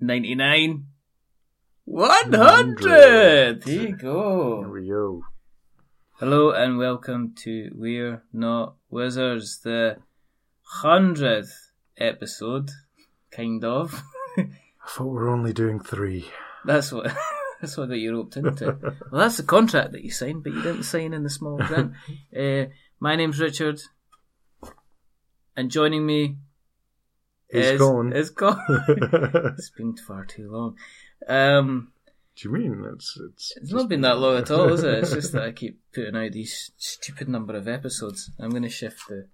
99. 100! There you Here go. we go. Hello and welcome to We're Not Wizards, the 100th episode, kind of. I thought we were only doing three. That's what that's what that you're roped into. well, that's the contract that you signed, but you didn't sign in the small print. uh, my name's Richard, and joining me It's is gone. Is Colin. Do it's been far too long. Um, you mean it's it's? it's not been that long at all, is it? It's just that I keep putting out these stupid number of episodes. I'm going to shift the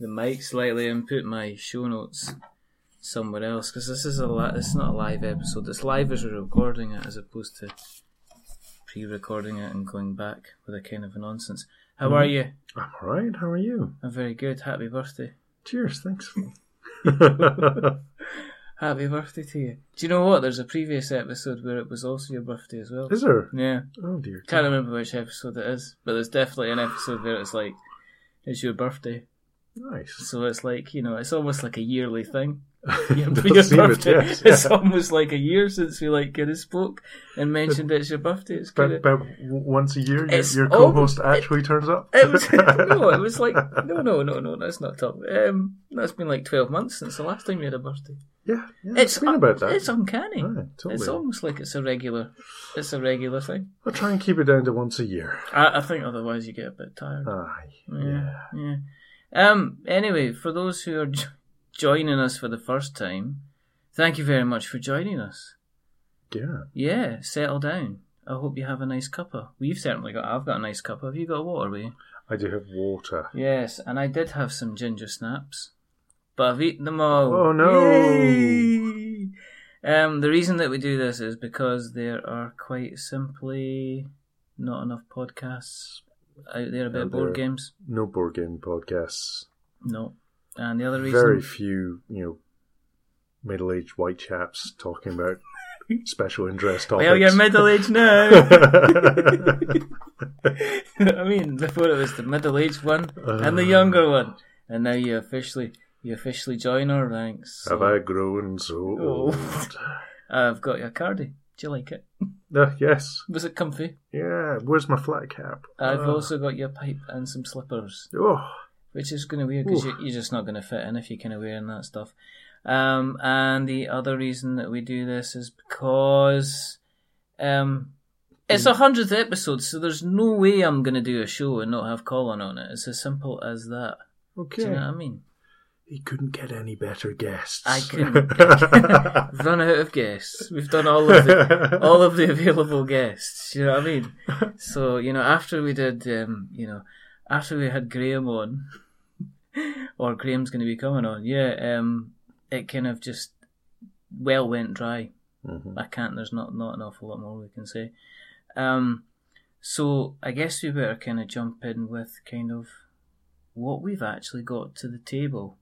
the mic slightly and put my show notes somewhere else because this is a li- it's not a live episode. It's live as we're recording it, as opposed to pre-recording it and going back with a kind of a nonsense. How are you? I'm all right. How are you? I'm very good. Happy birthday. Cheers. Thanks. Happy birthday to you. Do you know what? There's a previous episode where it was also your birthday as well. is there? Yeah. Oh dear. Can't remember which episode it is, but there's definitely an episode where it's like, it's your birthday. Nice. So it's like, you know, it's almost like a yearly thing. Your, Does your seem it, birthday. yes. It's almost like a year since we like kind of spoke and mentioned it's your birthday. It's About, kind of, about w- once a year, your, It's your all- co-host actually turns up. it was no, it was like no, no, no, no. That's not tough. Um, that's been like twelve months since the last time you had a birthday. yeah, yeah, It's it's been about that. It's uncanny. Aye, totally. It's almost like it's a regular. It's a regular thing. I'll try and keep it down to once a year. I, I think otherwise you get a bit tired. Aye. Yeah, Yeah. yeah. Um. Anyway, for those who are jo- joining us for the first time, thank you very much for joining us. Yeah. Yeah, settle down. I hope you have a nice cuppa. We've certainly got. I've got a nice cuppa. Have you got water with you? I do have water. Yes, and I did have some ginger snaps, but I've eaten them all. Oh, no. Yay! Um, the reason that we do this is because there are quite simply not enough podcasts out there about Out board there. games. No board game podcasts. No, and the other reason very few, you know, middle-aged white chaps talking about special interest topics. Well, you're middle aged now. I mean, before it was the middle aged one and the younger one, and now you officially you officially join our ranks. Have I grown so Oh. old? I've got your cardi. Do you like it? Ah, yes. Was it comfy? Yeah. Where's my flat cap? I've Ah. also got your pipe and some slippers, Oh, which is going to be weird because Oof. you're, you're just not going to fit in if you're kind of wearing that stuff. Um, and the other reason that we do this is because um, it's a hundredth episode, so there's no way I'm going to do a show and not have Colin on it. It's as simple as that. okay. Do you know what I mean? He couldn't get any better guests. I couldn't. Run out of guests. We've done all of the all of the available guests. You know what I mean? So you know, after we did, um, you know, after we had Graham on, or Graham's going to be coming on, yeah, um, it kind of just well went dry. Mhm. I can't. There's not not an awful lot more we can say. Um, so I guess we better kind of jump in with kind of what we've actually got to the table,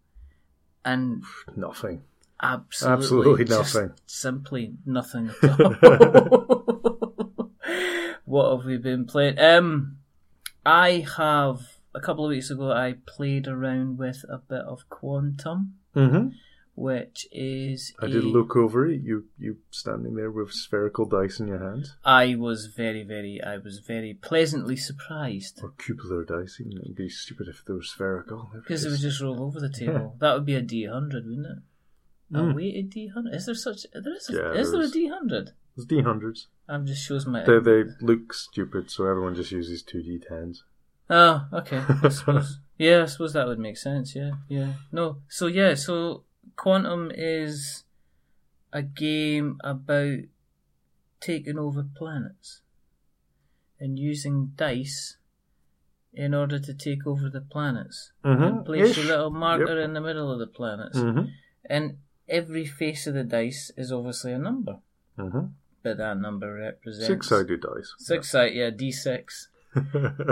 and Nothing. Absolutely, Absolutely just nothing. Simply nothing at all. what have we been playing? Um, I have a couple of weeks ago. I played around with a bit of Quantum, hmm Mm-hmm. which is I did a- look over at you. You standing there with spherical dice in your hand, I was very, very, I was very pleasantly surprised or cupular dice. Even it'd be stupid if they were spherical. They're because it would just roll over the table. That would be a D hundred, wouldn't it? A Mm. weighted D hundred. Is there such? There is. A, Yeah, is there a there's- D hundred? It's D hundreds. I'm just shows my. They they look stupid, so everyone just uses two D tens. Mm-hmm. Oh, okay. I suppose. yeah, I suppose that would make sense. Yeah, yeah. No, so yeah, so Quantum is a game about taking over planets and using dice in order to take over the planets Mhm, and place ish. your little marker Yep. in the middle of the planets. Mhm. And every face of the dice is obviously a number, Mhm. but that number represents Six-sided dice. Six sided, yeah, D6.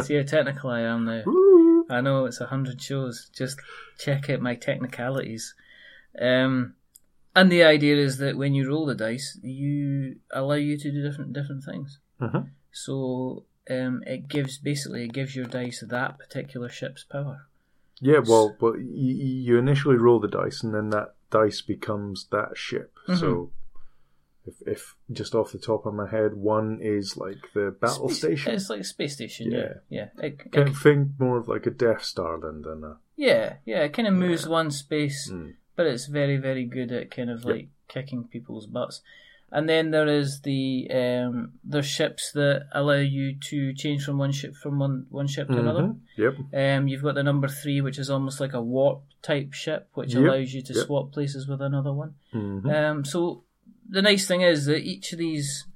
See how technical I am now. Woo! I know it's a hundred shows. Just check out my technicalities. Um, and the idea is that when you roll the dice, you allow you to do different different things. Mhm. So um, it gives basically it gives your dice that particular ship's power. Yeah, well, but Mm-hmm. you, you initially roll the dice, and then that dice becomes that ship. So If, if just off the top of my head, one is like the battle Space- station. It's like a space station. Yeah, yeah, It- it- Can think more of like a Death Star than than a yeah, yeah. It kind of moves one space, Mm. but it's very, very good at kind of like kicking people's butts. And then there is the um, there's ships that allow you to change from one ship from one one ship to another. Mhm. Yep. Um, you've got the number three, which is almost like a warp type ship, which Yep, allows you to yep. swap places with another one. Mhm. Um, so the nice thing is that each of these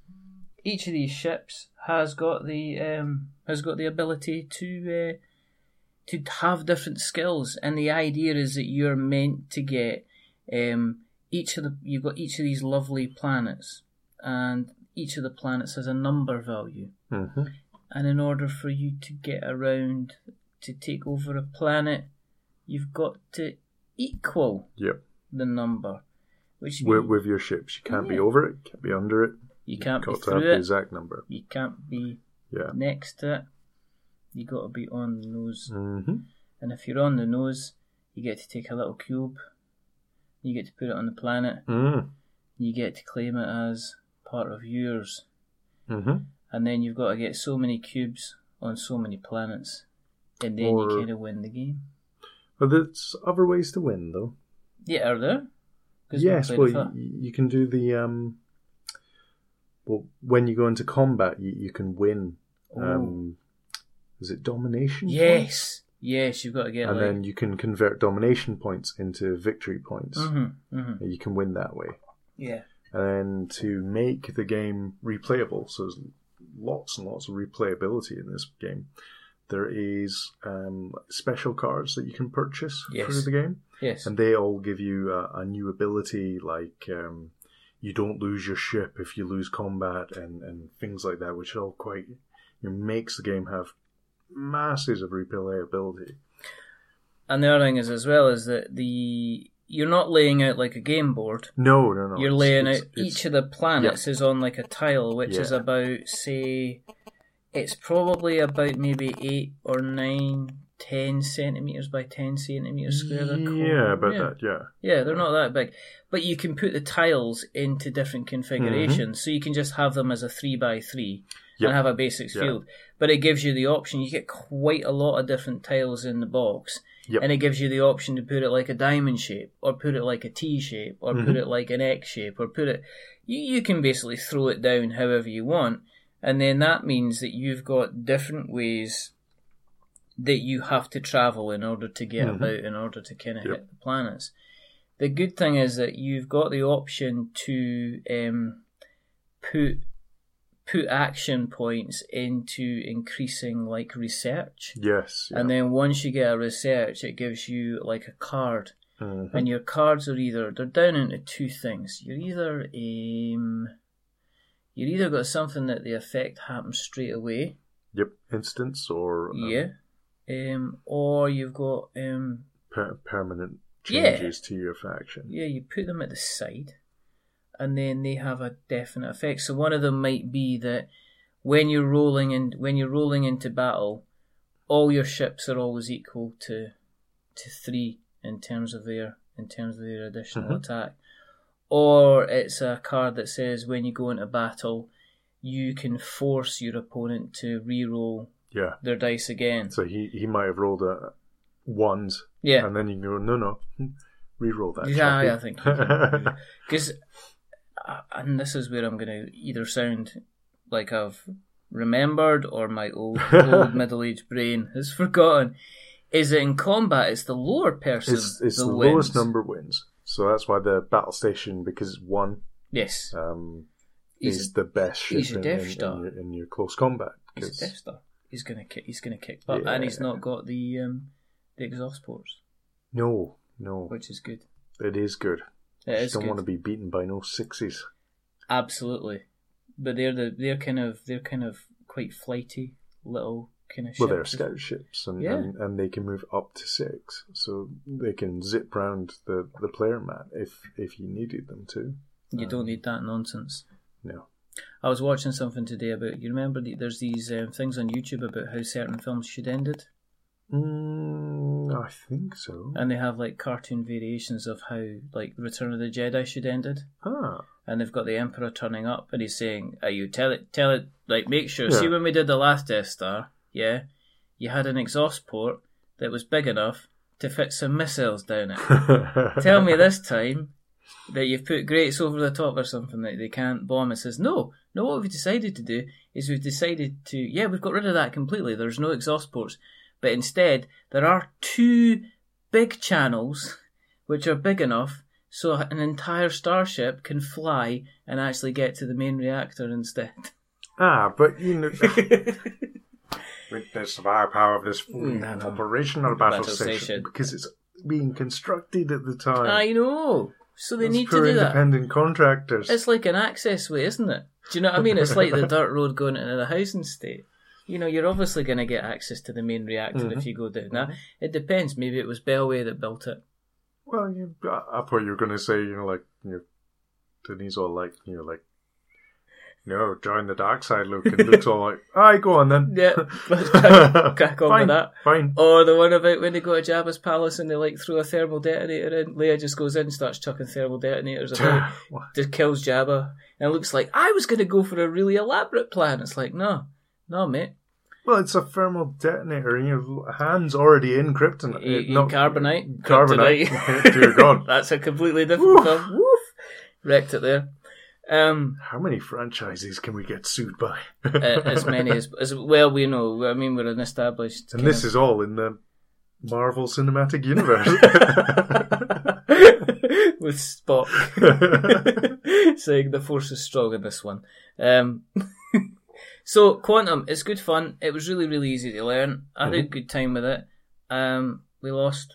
each of these ships has got the um, has got the ability to uh, to have different skills, and the idea is that you're meant to get um, each of the you've got each of these lovely planets, and each of the planets has a number value. Mhm. And in order for you to get around to take over a planet, you've got to equal Yep. the number, which With, means with your ships, you can't be Yeah. over it, can't be under it. you can't be Got to have through the it. exact number. You can't be Yeah. next to it. You got to be on the nose, hmm and if you're on the nose, you get to take a little cube. You get to put it on the planet. Mm. You get to claim it as part of yours, hmm and then you've got to get so many cubes on so many planets, and then you Or- kind of win the game. But there's other ways to win, though. Yeah, are there? 'Cause we Yes, played well, with you, that. you can do the. Um, well, when you go into combat, you, you can win. Um, is it domination? points? yes, yes, you've got to get And like. then you can convert domination points into victory points. mm-hmm, mm-hmm. And You can win that way. Yeah, And to make the game replayable, so there's lots and lots of replayability in this game. There is um, special cards that you can purchase Yes. through the game, yes. and they all give you a, a new ability, like um, you don't lose your ship if you lose combat, and, and things like that, which all quite it makes the game have masses of replayability. And the other thing is as well is that the you're not laying out like a game board. No, no, no. you're it's- laying it's- out it's- each of the planets is on like a tile, which is Yeah. about say, it's probably about maybe eight or nine, ten centimeters by ten centimeters square. they're called. Yeah, about yeah. that. Yeah. Yeah, they're not that big, but you can put the tiles into different configurations, Mm-hmm. so you can just have them as a three by three Yeah. and have a basics Yeah. field. But it gives you the option. You get quite a lot of different tiles in the box, Yep. and it gives you the option to put it like a diamond shape, or put it like a T shape, or Mm-hmm. put it like an X shape, or put it. You, you can basically throw it down however you want, and then that means that you've got different ways that you have to travel in order to get Mhm. about, in order to kind of Yep. hit the planets. The good thing is that you've got the option to um, put put action points into increasing like research. Yes. Yeah. And then once you get a research, it gives you like a card, Mhm. and your cards are either they're down into two things. You're either um, you're either got something that the effect happens straight away, Yep. Instance or um, yeah, um, or you've got um, per- permanent Yeah. changes to your faction. Yeah, you put them at the side, and then they have a definite effect. So one of them might be that when you're rolling and when you're rolling into battle, all your ships are always equal to to three in terms of their in terms of their additional Mhm. attack. Or it's a card that says when you go into battle, you can force your opponent to re-roll Yeah. their dice again. So he, he might have rolled a ones, Yeah, and then you can go no no, re-roll that. Yeah, chappy. I think you can. Because, uh, and this is where I'm going to either sound like I've remembered or my old, old middle aged brain has forgotten, is that in combat it's the lower person it's it's that the wins. lowest number wins. So that's why the battle station because it's one Yes, um, He's is the best ship he's a in, Death in- in Star. your, in your close combat. he's a 'cause- Death Star. He's gonna kick. He's gonna kick butt, Yeah. and he's not got the um, the exhaust ports, no, no, which is good. it is good. It You is don't good. want to be beaten by no sixes. Absolutely, but they're the they're kind of they're kind of quite flighty little kind of. Well, they're ships. scout ships, and, Yeah. and, and they can move up to six, so they can zip round the, the player mat if if you needed them to. You don't need that nonsense. No. I was watching something today about you remember the, there's these um, things on YouTube about how certain films should end it. Mm, Solo. I think so. And they have like cartoon variations of how like Return of the Jedi should ended. ah, And they've got the Emperor turning up and he's saying, Are you tell it tell it like make sure see Yeah. when we did the last Death Star, yeah, you had an exhaust port that was big enough to fit some missiles down it. Ah. tell me this time that you've put grates over the top or something that they can't bomb. It says, no, no, what we've decided to do is we've decided to, yeah, we've got rid of that completely. There's no exhaust ports. But instead, there are two big channels which are big enough so an entire starship can fly and actually get to the main reactor instead. Ah, but you know, witness the firepower of this Mm, No, no. operational battle, Battle station, station. because it's being constructed at the time. I know. So they It's need to poor do that. independent contractors. It's like an access way, isn't it? Do you know what I mean? It's like the dirt road going into the housing state. You know, you're obviously going to get access to the main reactor if you go down that. It depends. Maybe it was Bellway that built it. Well, you, I, I thought you were going to say, you know, like, you know, Denise all like, you know, like, no, join the dark side, Luke. And Luke's all like, all right, go on then. Yeah, let's crack, crack on fine, with that. Fine. Or the one about when they go to Jabba's palace and they like throw a thermal detonator in. Leia just goes in, and starts chucking thermal detonators about, What? just kills Jabba, and looks like I was going to go for a really elaborate plan. It's like no, no, mate, Well, it's a thermal detonator, and your hand's already in kryptonite. You- eh, you not- carbonite, Carbonite. kryptonite. Dear God. that's a completely different Woof. film. Woof, wrecked it there. Um, How many franchises can we get sued by? uh, as many as as well we know. I mean, we're an established. and this is all in the Marvel Cinematic Universe. with Spock saying the force is strong in this one. Um, so Quantum, it's good fun. It was really really easy to learn. I had a Mm-hmm. good time with it. Um, we lost.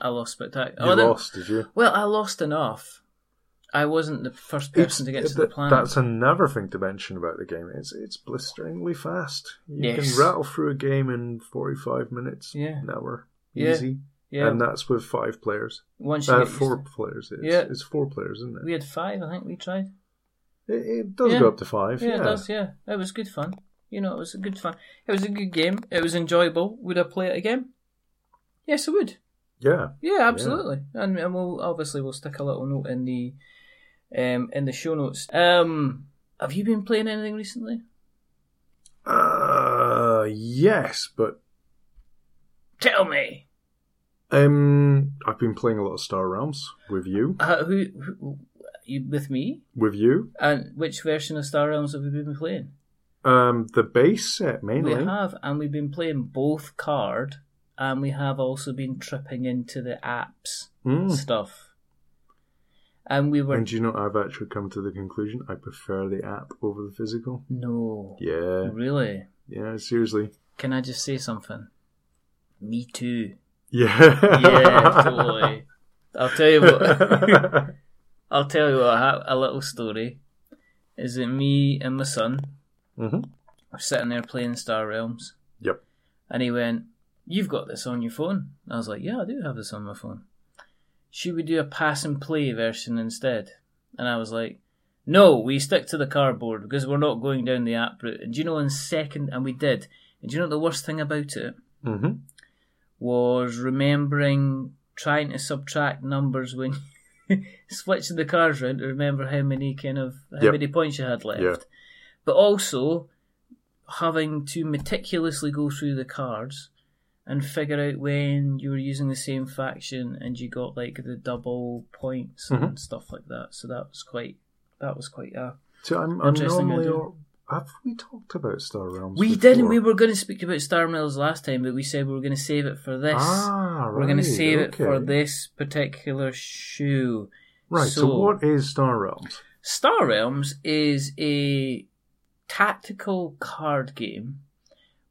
I lost spectacular. you lost, did you? Well, I lost enough. I wasn't the first person to get to the th- planet. That's another thing to mention about the game. It's it's blisteringly fast. You Yes. can rattle through a game in forty five minutes, Yeah. an hour, Yeah. easy, yeah, and that's with five players. once you Uh, get used four to- players. It's, Yeah. it's four players, isn't it? We had five, I think we tried. It, it does Yeah. go up to five. Yeah, Yeah, it does. Yeah, it was good fun. You know, it was a good fun. It was a good game. It was enjoyable. Would I play it again? Yes, I would. Yeah. Yeah, absolutely. And, and we'll obviously we'll stick a little note in the um, in the show notes. Um, have you been playing anything recently? Uh, yes, but Tell me. um, I've been playing a lot of Star Realms with you, Uh, who, who you with me? with you. And which version of Star Realms have we been playing? Um, the base set mainly. We have, and we've been playing both card, and we have also been tripping into the apps. Mm. stuff. And we were And do you know, I've actually come to the conclusion I prefer the app over the physical. no, Yeah, really. yeah, seriously. Can I just say something? Me too. Yeah. Yeah, totally. I'll tell you what. I'll tell you what. I have a little story. Is it me and my son hmm were sitting there playing Star Realms, Yep. and he went, "You've got this on your phone." I was like, "Yeah, I do have this on my phone." Should we do a pass and play version instead? And I was like, No, we stick to the cardboard because we're not going down the app route. And do you know, in second, and we did. And do you know what the worst thing about it hmm was remembering trying to subtract numbers when switching the cards around to remember how many kind of how Yep. many points you had left. Yeah. But also having to meticulously go through the cards and figure out when you were using the same faction and you got like the double points Mm-hmm. and stuff like that. So that was quite that was quite uh So I'm, I'm Interesting normally. idea. all- Have we talked about Star Realms? we before? didn't we were going to speak about Star Mills last time but we said we were going to save it for this. Ah, right. We're going to save it for okay. this particular shoe. Right. So, so- what is Star Realms? Star Realms is a tactical card game,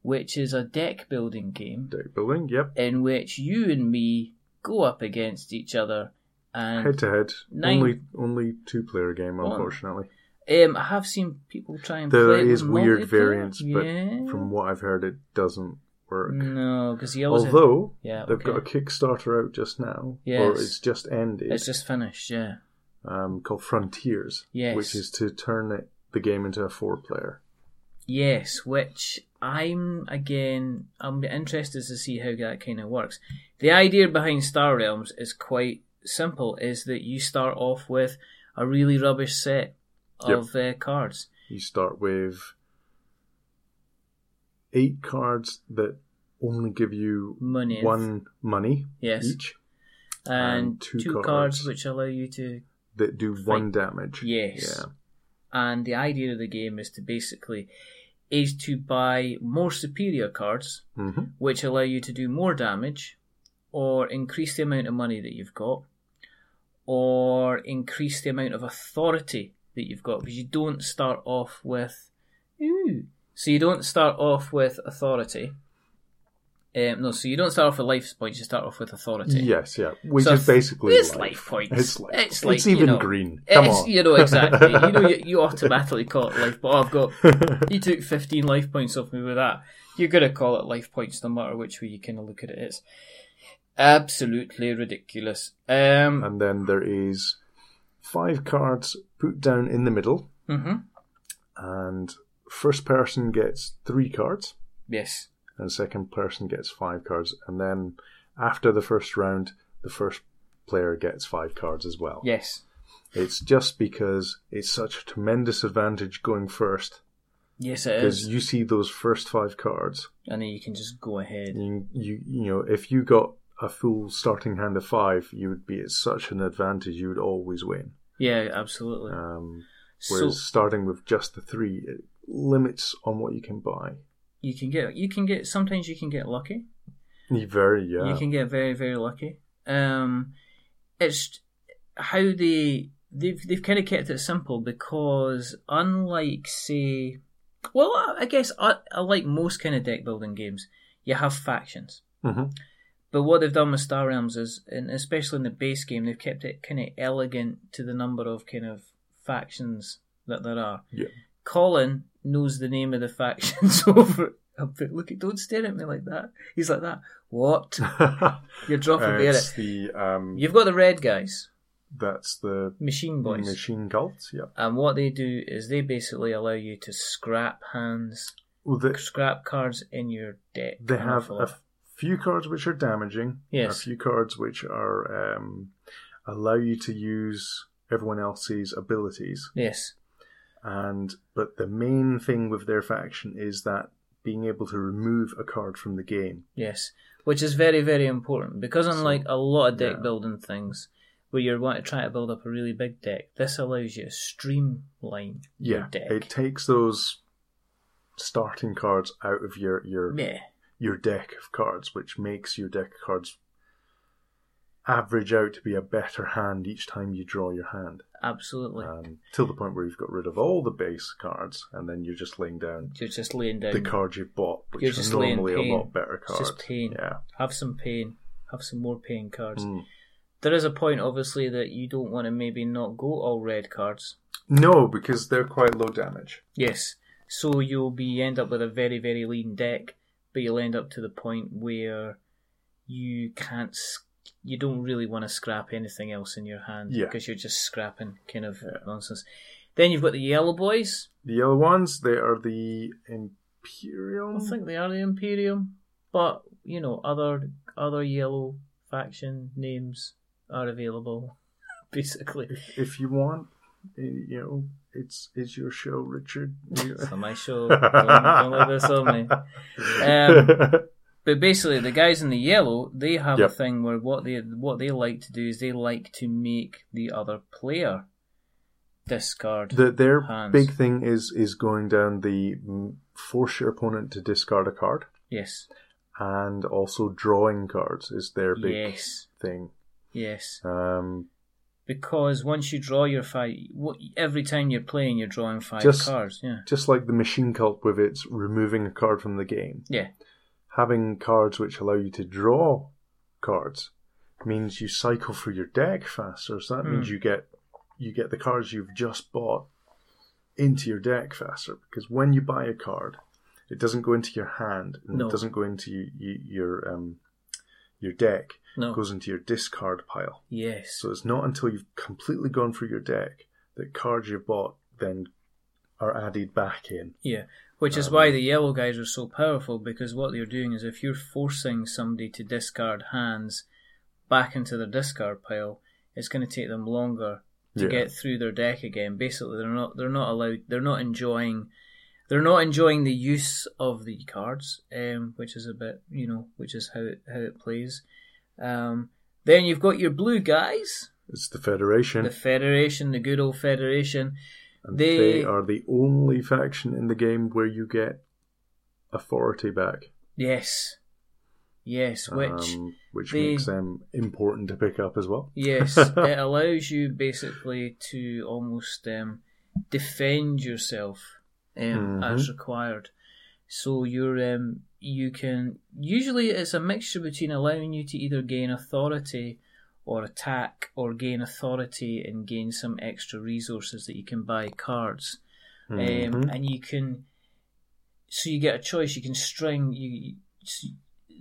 which is a deck building game Deck building. Yep. in which you and me go up against each other. And Head to head. Nine- Only only two player game, One. unfortunately. um, I have seen people try and There play it is with weird multiplayer. variants, but yeah. from what I've heard, it doesn't work. no, because he always Although Yeah, they've okay. got a Kickstarter out just now, or Yes. it's just ended. it's just finished. Yeah, um, called Frontiers, Yes. which is to turn it, the game into a four player. yes, which I'm again. I'm interested to see how that kind of works. The idea behind Star Realms is quite simple: is that you start off with a really rubbish set Yep. of uh, cards. You start with eight cards that only give you Money and- one money Yes. each and, and two, two cards. cards. which allow you to. that do one damage. Yes. Yeah. And the idea of the game is to basically is to buy more superior cards, Mm-hmm. which allow you to do more damage, or increase the amount of money that you've got, or increase the amount of authority that you've got, because you don't start off with. Ooh. So you don't start off with authority. Um, no, so you don't start off with life points. You start off with authority. Yes, yeah. Which So is basically it's life. life points. It's life. It's It's, like, you even know, green. Come It's, on. you know exactly. you know you, you automatically call it life, but oh, I've got you took fifteen life points off me with that. You're gonna call it life points, no matter which way you kind of look at it. It's absolutely ridiculous. Um, and then there is five cards put down in the middle, mhm. and first person gets three cards, Yes, and second person gets five cards, and then after the first round, the first player gets five cards as well. yes, It's just because it's such a tremendous advantage going first, yes. It because is, you see those first five cards, and then you can just go ahead. you, you you know if you got a full starting hand of five, you would be at such an advantage. You would always win. Yeah, absolutely. Um, so whereas starting with just the three, it limits on what you can buy. you can get you can get sometimes you can get lucky. You Very yeah. You can get very, very lucky. Um, it's how they they've they've kind of kept it simple because unlike say, well, I- I guess uh, like most kind of deck building games, you have factions. Mhm. But what they've done with Star Realms is, and especially in the base game, they've kept it kind of elegant to the number of kind of factions that there are. Yeah. Colin knows the name of the factions over. I'm like, Look, don't stare at me like that. He's like that. What? You're dropping me in it. it's the um, You've got the red guys, that's the machine boys, machine cult. Yeah. and what they do is they basically allow you to scrap hands, Well, they, scrap cards in your deck. they an have awful a lot. few cards which are damaging. Yes. A few cards which are um, allow you to use everyone else's abilities. yes, and but the main thing with their faction is that being able to remove a card from the game. yes, which is very very important because unlike a lot of deck yeah. building things. Where you're wanting to try to build up a really big deck, this allows you to streamline your Yeah, deck. it takes those starting cards out of your your yeah, your deck of cards, which makes your deck of cards average out to be a better hand each time you draw your hand, absolutely. um, till the point where you've got rid of all the base cards, and then you're just laying down you're just laying down. the cards you've bought, which You're just are laying normally pain. a lot better It's cards. just pain. Yeah. Have some pain. Have some more pain cards. Mm. There is a point, obviously, that you don't want to maybe not go all red cards. No, because they're quite low damage. Yes. So you'll be end up with a very very lean deck, but you'll end up to the point where you can't. s- You don't really want to scrap anything else in your hand Yeah. because you're just scrapping kind of Yeah. nonsense. Then you've got the yellow boys. The yellow ones, they are the Imperial. I don't think they are the Imperium, but you know other other yellow faction names are available. Basically, If, if you want, eh, you know, it's it's your show, Richard. You- it's not my show. Don't, don't let this on me. Um, But basically, the guys in the yellow they have Yep. a thing where what they what they like to do is they like to make the other player discard. The- their hands. big thing is is going down the mm, force your opponent to discard a card, yes, and also drawing cards is their big yes, thing. yes. Um, Because once you draw your five, what, every time you're playing, you're drawing five Just- cards. Yeah, just like the machine cult with its removing a card from the game, yeah, having cards which allow you to draw cards means you cycle through your deck faster. So that means Hmm. you get you get the cards you've just bought into your deck faster because when you buy a card, it doesn't go into your hand and No. it doesn't go into you, you, your um, your deck. no, It goes into your discard pile. yes. So it's not until you've completely gone through your deck that cards you've bought then are added back in. Yeah, Which Uh, is why the yellow guys are so powerful because what they're doing is if you're forcing somebody to discard hands back into their discard pile, it's going to take them longer to Yeah. get through their deck again. Basically, they're not they're not allowed they're not enjoying they're not enjoying the use of the cards, um, which is a bit you know which is how it, how it plays. Um, then you've got your blue guys, It's the Federation. the Federation, the good old Federation. and they- they... are the only faction in the game where you get authority back. Yes, yes, which um, which they- makes them important to pick up as well. Yes, it allows you basically to almost um, defend yourself um, Mhm. as required. So you're um, you can usually it's a mixture between allowing you to either gain authority or attack, or gain authority and gain some extra resources that you can buy cards. Um, Mhm. and you can so you get a choice you can string you you- s-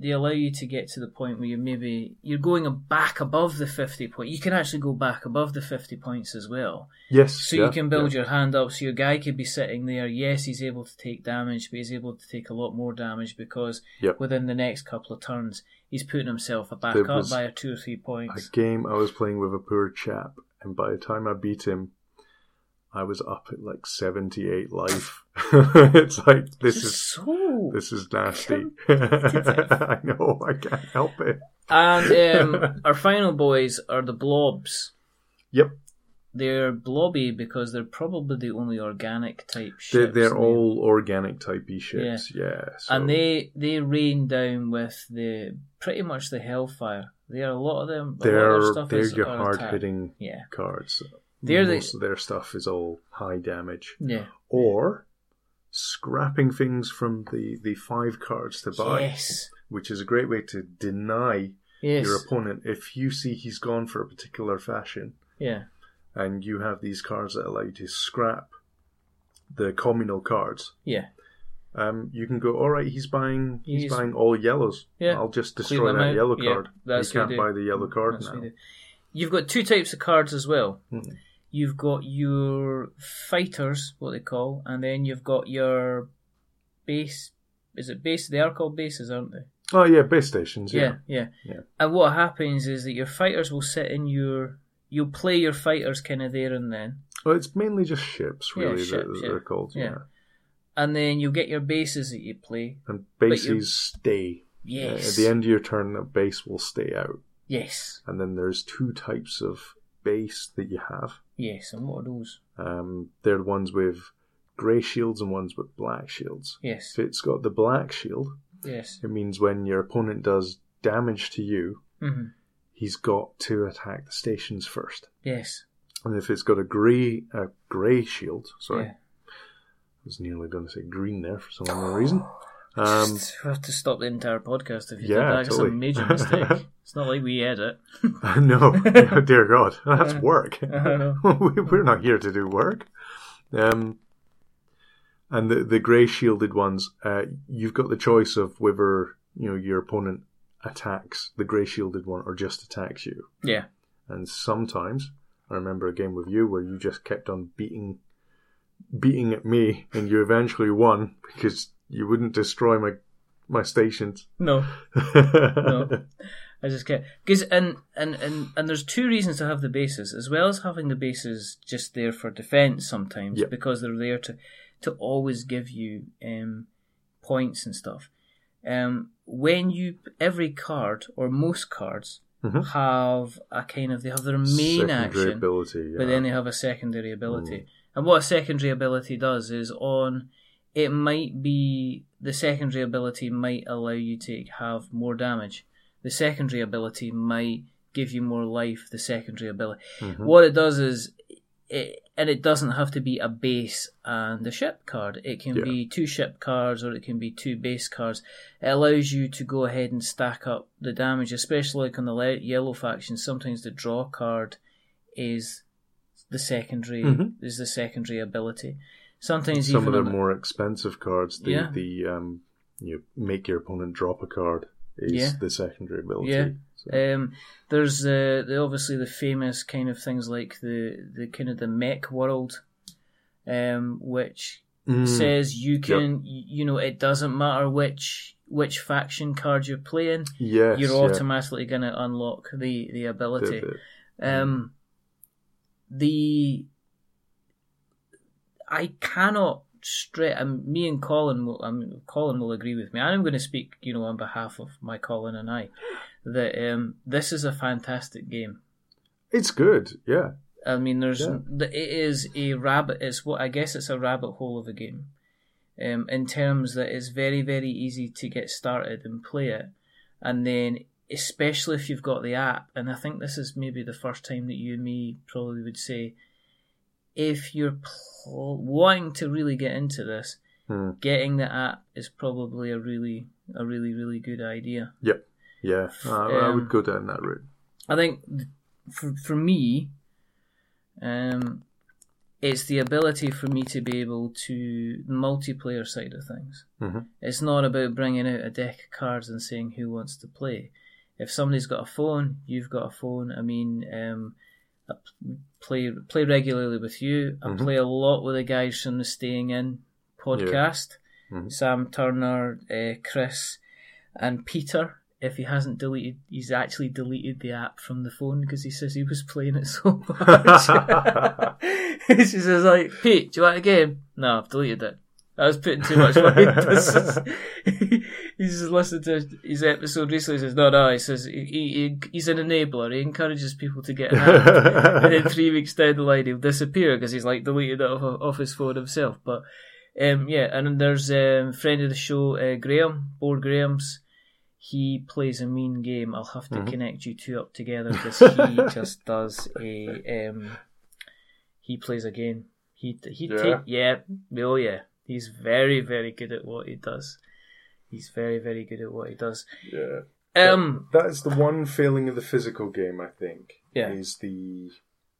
they allow you to get to the point where you maybe you're going a- back above the 50 point you can actually go back above the 50 points as well yes. so yeah, you can build yeah. your hand up so your guy could be sitting there yes he's able to take damage but he's able to take a lot more damage because Yep. within the next couple of turns he's putting himself back There up was- by a two or three points A game I was playing with a poor chap, and by the time I beat him, I was up at like 78 life. it's like, this Just is. so This is nasty. I know, I can't help it. and um, our final boys are the blobs Yep, They're blobby because they're probably the only organic type they're, ships. they're and all organic typey ships, yeah. so- and they they rain down with the pretty much the hellfire. They are a lot of them. a lot of their they're, stuff they're is your are hard attack. hitting Yeah, cards. They're the- Most of their stuff is all high damage. yeah. Or scrapping things from the, the five cards to buy, Yes, which is a great way to deny yes, your opponent if you see he's gone for a particular fashion yeah, and you have these cards that allow you to scrap the communal cards. yeah. Um, you can go, all right, he's buying he's, He's- buying all yellows. Yeah. I'll just Clear destroy them that out. yellow Yeah, card. that's you what can't you do. Mm, buy the yellow card That's what now. we do. You've got two types of cards as well. Mhm. You've got your fighters, what they call, and then you've got your base. Is it base? They are called bases, aren't they? Oh yeah, base stations. Yeah. Yeah, yeah, Yeah. And what happens is that your fighters will sit in your. You'll play your fighters kind of there and then, Well, it's mainly just ships, Yeah, really, that- ships, that, yeah. they're called. Yeah. Yeah. and then you'll get your bases that you play. And you- bases stay. Uh, Yes. At the end of your turn, that base will stay out. Yes. And then there's two types of base that you have. Yes. And what are those? Um, they're the ones with grey shields and ones with black shields. Yes. If it's got the black shield, Yes. it means when your opponent does damage to you, hmm he's got to attack the stations first. Yes. And if it's got a grey a grey shield, sorry, Yeah. I was nearly going to say green there for some unknown reason. Um, Just have to stop the entire podcast if you yeah, did that. It's a totally. major mistake. it's not like we edit. no, oh, dear God, that's Uh, work. I know. We- We're not here to do work. Um, and the the grey shielded ones, uh, you've got the choice of whether you know your opponent attacks the grey shielded one or just attacks you. Yeah. And sometimes I remember a game with you where you just kept on beating, beating at me, and you eventually won because you wouldn't destroy my my stations. No. I just can't because and, and and and there's two reasons to have the bases as well as having the bases just there for defense sometimes Yeah. because they're there to to always give you um, points and stuff. Um, when you every card or most cards Mhm. have a kind of they have their main Secondary action, ability, but yeah. then they have a secondary ability. And what a secondary ability does is on it might be the secondary ability might allow you to have more damage. The secondary ability might give you more life. The secondary ability, Mm-hmm. what it does is, it, and it doesn't have to be a base and a ship card. It can Yeah. be two ship cards or it can be two base cards. It allows you to go ahead and stack up the damage, especially like on the le- yellow faction. Sometimes the draw card is the secondary Mhm. is the secondary ability. Sometimes some of even the on the- more expensive cards, the Yeah. the um, you make your opponent drop a card is Yeah. the secondary ability. Yeah. So- Um, there's uh, the obviously the famous kind of things like the, the kind of the mech world, um, which Mm. says you can y you know it doesn't matter which which faction card you're playing yes, you're yeah. automatically going to unlock the the The- ability the- hmm. um the i cannot straight um, me and colin will um, colin will agree with me and i'm going to speak you know on behalf of my colin and i that um this is a fantastic game It's good, yeah. I mean, there's Yeah. th it is a rabbit. It's what I guess it's a rabbit hole of a game, um, in terms that it's very very easy to get started and play it, and then especially if you've got the app. And I think this is maybe the first time that you and me probably would say, if you're pl- wanting to really get into this, Hmm. getting the app is probably a really a really really good idea. Yeah, I, I Um, would go down that route. I think th- for for me, um, it's the ability for me to be able to the multiplayer side of things. Mhm. It's not about bringing out a deck of cards and saying who wants to play. If somebody's got a phone, you've got a phone. I mean, um, I p- play play regularly with you. I Mhm. play a lot with the guys from the Staying In podcast. Mhm. Sam Turner, uh, Chris, and Peter. If he hasn't deleted, he's actually deleted the app from the phone because he says he was playing it so much. she says, "Like Pete, do you want a game?" No, I've deleted it. I was putting too much money into this. He's just listened to his episode recently. He says, "No, no," he says he, he, he's an enabler. He encourages people to get hacked and then three weeks down the line he'll disappear because he's like deleted it off, off his phone himself. But um, yeah, and then there's a um, friend of the show, uh, Graham, Board Graham's. He plays a mean game. I'll have to Mhm. connect you two up together because he just does a. Um, he plays a game. He he Yeah. take yeah oh yeah. He's very very good at what he does. He's very very good at what he does. yeah. Um that is the one failing of the physical game, I think. Yeah. Is the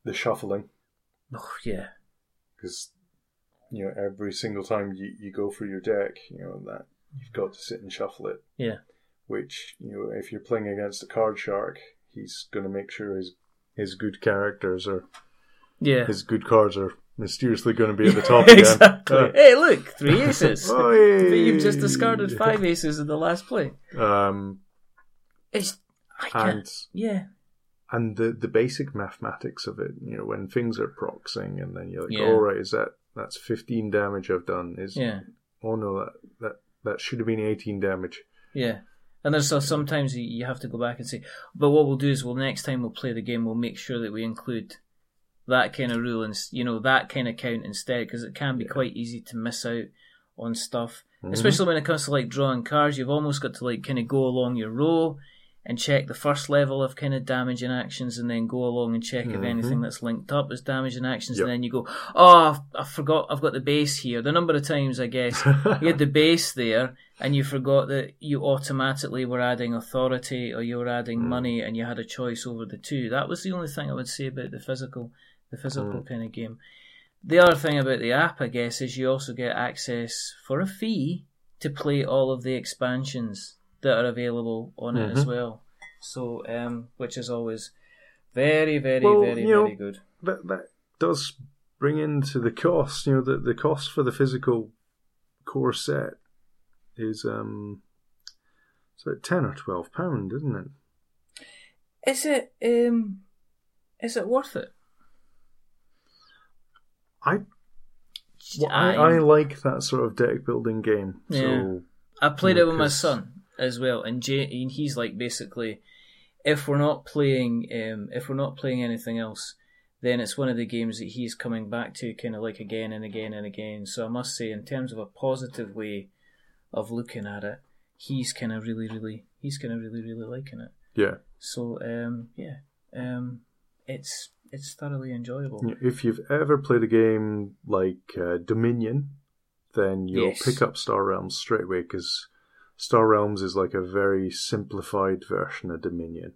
the shuffling. oh yeah because you know every single time you, you go through your deck, you know that you've got to sit and shuffle it. Yeah. Which you know if you're playing against a card shark, he's going to make sure his his good characters are yeah. his good cards are mysteriously going to be at the top again. Oh, exactly. Uh, Hey, look, three aces. But you've just Oi. discarded five aces in the last play. Um, It's I can't. and yeah, and the the basic mathematics of it, you know, when things are proxing, and then you're like, Yeah. all right, is that that's 15 damage I've done? Is yeah, oh no, that that that should have been 18 damage. yeah. And there's so sometimes you- you have to go back and say, but what we'll do is, well, next time we'll play the game, we'll make sure that we include that kind of rule and s- you know that kind of count instead, because it can be quite easy to miss out on stuff, Mhm. especially when it comes to like drawing cards. You've almost got to like kind of go along your row and check the first level of kind of damage and actions, and then go along and check if Mhm. anything that's linked up is damage and actions, Yep. and then you go, oh, I forgot, I've got the base here. The number of times I guess Mm-hmm. you had the base there and you forgot that you automatically were adding authority or you were Mm. adding money and you had a choice over the two that was the only thing i would say about the physical the Mm. physical kind of game the other thing about the app i guess is you also get access for a fee to play all of the expansions that are available on it Mm-hmm. as well so um which is always very very Well, very you know, very good that that does bring into the cost. You know, the the cost for the physical core set is um, so ten or twelve pound, isn't it? is it um is it worth it I well, I, I like that sort of deck building game. So I played it with my Because- son as well, and, Jay, and he's like basically, if we're not playing, um, if we're not playing anything else, then it's one of the games that he's coming back to, kind of like again and again and again. So I must say, in terms of a positive way of looking at it, he's kind of really, really, he's kind of really, really liking it. yeah, So um, yeah, um, it's it's thoroughly enjoyable. if you've ever played a game like uh, Dominion, then you'll Yes. pick up Star Realms straight away because Star Realms is like a very simplified version of Dominion.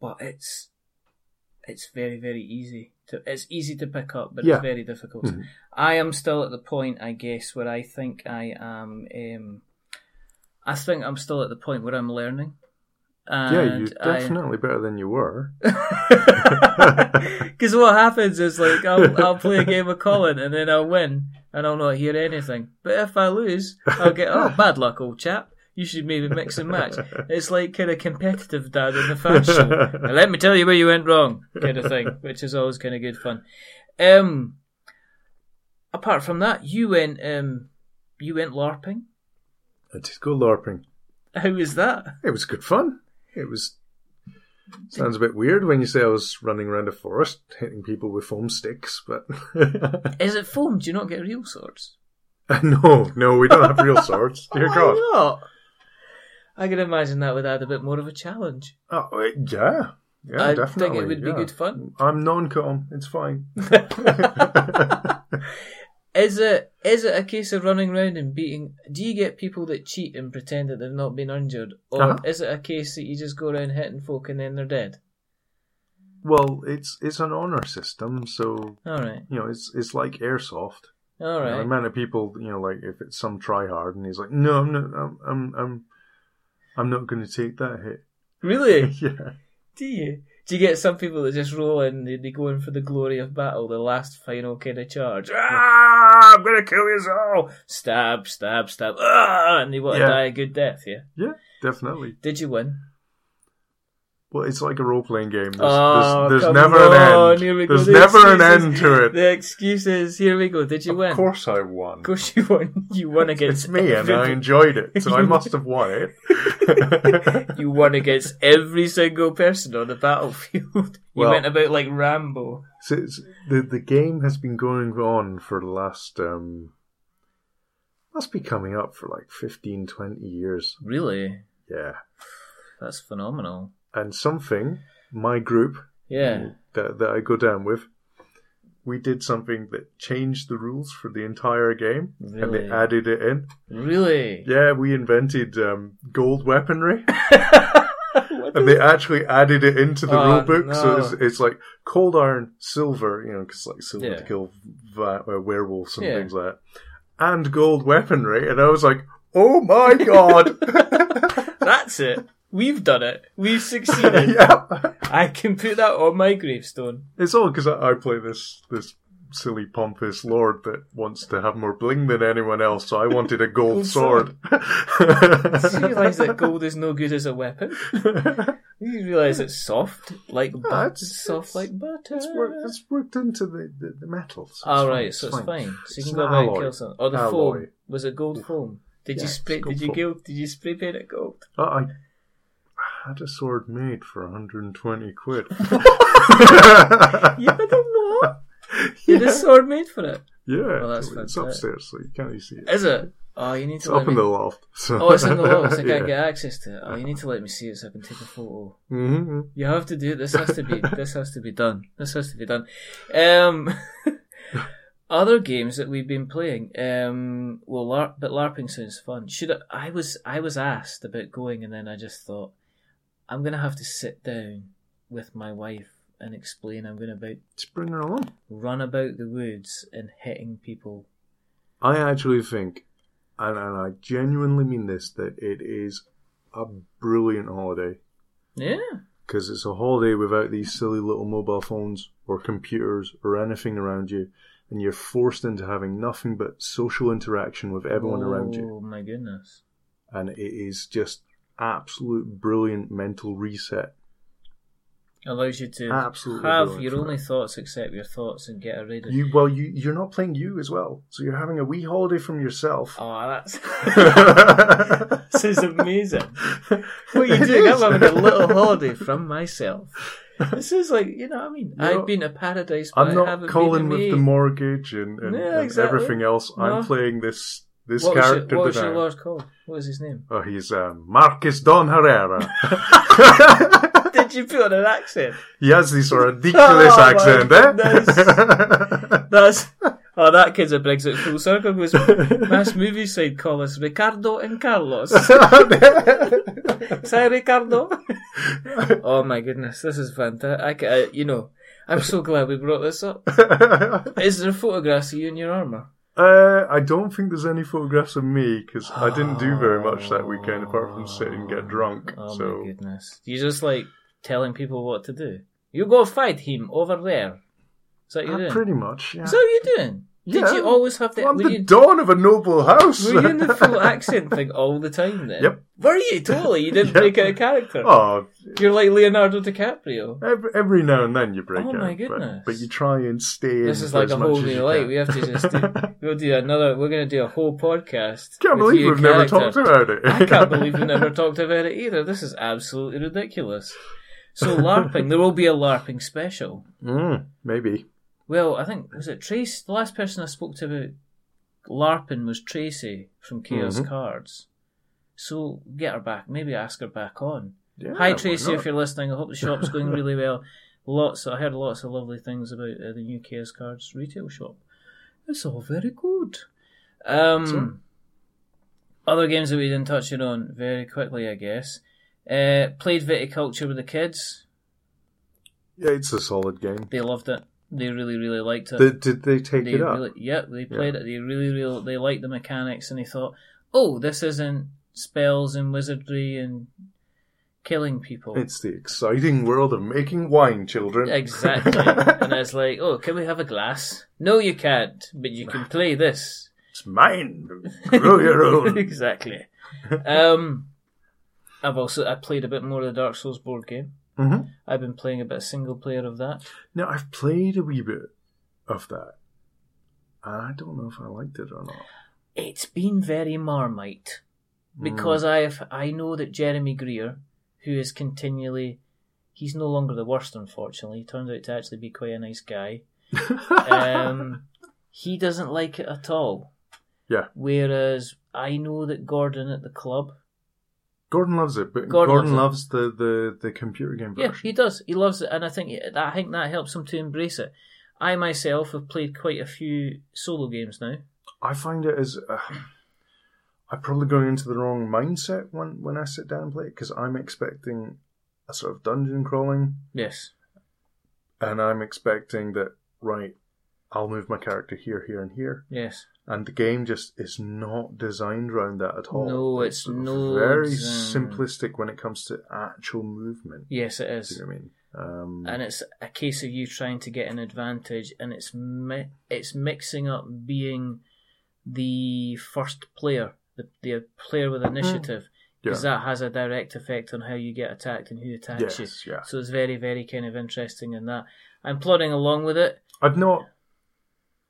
But it's it's very very easy to it's easy to pick up, but Yeah. it's very difficult. Mhm. I am still at the point, I guess, where I think I am. Um, I think I'm still at the point where I'm learning, And yeah, you're definitely better than you were. Because what happens is like I'll, I'll play a game of Colin and then I'll win and I'll not hear anything. But if I lose, I'll get oh bad luck, old chap. You should maybe mix and match. It's like kind of competitive dad in the fan show. Now, let me tell you where you went wrong, kind of thing, which is always kind of good fun. Um, apart from that, you went um, you went larping. I did go LARPing. How was that? It was good fun. It was. Sounds a bit weird when you say I was running around a forest hitting people with foam sticks, but Is it foam? Do you not get real swords? no, no, we don't have real swords. Dear God. Why not? I can imagine that would add a bit more of a challenge. Oh, uh, yeah, yeah, I think it definitely. would be yeah. good fun. I'm non-com. It's fine. Is it is it a case of running around and beating? Do you get people that cheat and pretend that they've not been injured, or Uh-huh. is it a case that you just go around hitting folk and then they're dead? well, it's it's an honor system, so All right, you know it's it's like airsoft. all You know, The right. amount of people, you know, like if it's some tryhard and he's like, no, I'm not, I'm, I'm, I'm, I'm not going to take that hit. Really? yeah. Do you? Do you get some people that just roll in? They, they go in for the glory of battle, the last final kind of charge. Ah, I'm gonna kill you all! Stab, stab, stab. Ah, and they want to Yeah. die a good death. Yeah. Yeah, definitely. Did you win? Well, it's like a role playing game. There's, Oh, there's, there's come never on, an here we end. go, There's the never an excuses. end to it. The excuses. Here we go. Did you win? Of course, I won. Of course you won. You won against It's me, and I every- enjoyed it, so I must have won it. You won against every single person on the battlefield. You Well- went about like Rambo. So it's, the the game has been going on for the last um must be coming up for like 15 20 years Really? yeah That's phenomenal. and something my group Yeah. that, that i go down with we did something that changed the rules for the entire game and Really? they added it in Really? yeah we invented um, gold weaponry and they actually added it into the Oh, rule book so no. it's, it's like cold iron silver you know because like silver Yeah. to kill va- uh, werewolves and Yeah. things like that and gold weaponry and i was like oh my god That's it. We've done it. We've succeeded. yeah I can put that on my gravestone. it's all because I, I play this this silly pompous lord that wants to have more bling than anyone else so i wanted a gold Gold sword sword. Do you realise that gold is no good as a weapon? Do you realise it's soft like butter? it's- soft it's- like butter. it's, worked, it's worked into the, the, the metals All right, It's so it's fine. So you It's can go an about and alloy. kill something. Or the Alloy. foam was it gold foam? Did Yeah, you it's spray? gold Did you foam. gild, Did you spray paint it gold? Uh, I had a sword made for 120 quid. You didn't know. You yeah, just sword made for it. yeah. Well, that's it's fantastic. upstairs, so you can't really see it. Is it? Oh, you need It's to let up in me. the loft. So. Oh, it's in the loft. I can't get access to it. Oh, you need to let me see it so I can take a photo. hmm You have to do this. Has to be this has to be done. This has to be done. Um, other games that we've been playing. Um, well, LARP, but LARPing sounds fun. Should I, I was I was asked about going, and then I just thought I'm gonna have to sit down with my wife and explain. I'm gonna about Just bring her along. run about the woods and hitting people. I actually think, and, and I genuinely mean this, that it is a brilliant holiday Yeah, because it's a holiday without these silly little mobile phones or computers or anything around you, and you're forced into having nothing but social interaction with everyone around you. Oh my goodness. and it is just absolute brilliant mental reset. Allows you to Absolutely have brilliant your for only that. thoughts except your thoughts and get rid of You well, you you're not playing you as well, so you're having a wee holiday from yourself. Oh, that's what this is amazing. What are you doing? I'm having a little holiday from myself. This is like, you know what I mean? You're- I've been a paradise, but I'm I haven't not calling been to with me. the mortgage and, and, Yeah, and exactly. everything else. No. I'm playing this this What was your- character what was that your I- lord called? What was his name? Oh, he's um, Marcus Don Herrera. Did you put on an accent? he has this ridiculous Oh, my accent, That's oh, that kid's a brings it full circle. Because mass movie side call us Ricardo and Carlos. eh? Say Ricardo. oh my goodness, this is fantastic. I, uh, ca- I, you know, I'm so glad we brought this up. Is there photographs of you in your armour? Uh, I don't think there's any photographs of me because I didn't do very much that weekend apart from sit and get drunk. Oh so my goodness. You're just like telling people what to do. You go fight him over there. Is that what you're Uh, doing? pretty much, yeah. Is that what you're doing? Yeah. Did you always have that? I'm were, the you, dawn of a noble house. were you in the full accent thing all the time then? Yep. Were you? Totally. You didn't Yep. break out a character. oh, You're like Leonardo DiCaprio. every, every now and then you break Oh out, my but- goodness. But, you try and stay. This in is for like as a much whole as new you life. can. We have to just do, we'll do another. We're going to do a whole podcast. Can't with believe you we've never character. talked about it. I can't believe we never talked about it either. This is absolutely ridiculous. So LARPing, there will be a LARPing special. Mm, maybe. Well, I think was it Trace. The last person I spoke to about LARPing was Tracy from Chaos Mhm. Cards. So get her back. Maybe ask her back on. Yeah, Hi why Tracy, not? if you're listening, I hope the shop's going really well. Lots, I heard lots of lovely things about uh, the new Chaos Cards retail shop. It's all very good. Um, other games that we didn't touch it on very quickly, I guess. Uh, played Viticulture with the kids. Yeah, it's a solid game. They loved it. They really, really liked it. Did, did they take they it up? really, yeah, they played it. They really, really, they liked the mechanics, and they thought, "Oh, this isn't spells and wizardry and killing people." It's the exciting world of making wine, children. Exactly. and it's like, oh, can we have a glass? No, you can't, but you can play this. it's mine. Grow your own. exactly. Um, I've also I played a bit more of the Dark Souls board game. hmm I've been playing a bit of single player of that. Now, I've played a wee bit of that. I don't know if I liked it or not. Mm. It's been very marmite because I've I know that Jeremy Greer, who is continually, he's no longer the worst. Unfortunately, he turns out to actually be quite a nice guy. um, he doesn't like it at all. Yeah. Whereas I know that Gordon at the club, Gordon loves it, but Gordon Gordon, loves loves, the, the, the computer game yeah, version. he does. He loves it, and I think I think that helps him to embrace it. I myself have played quite a few solo games now. I find it as. Uh, I'm probably going into the wrong mindset when, when I sit down and play it because I'm expecting a sort of dungeon crawling Yes. and I'm expecting that, right, I'll move my character here, here, and here. Yes. and the game just is not designed around that at all. No, it's no very design. simplistic when it comes to actual movement. Yes, it Do you is. know what I mean? Um, And it's a case of you trying to get an advantage, and it's mi- it's mixing up being the first player, the, the player with Mm-hmm. initiative, because that has a direct effect on how you get attacked and who attacks you. yes, yeah. So it's very, very kind of interesting in that. I'm plodding along with it. I've not,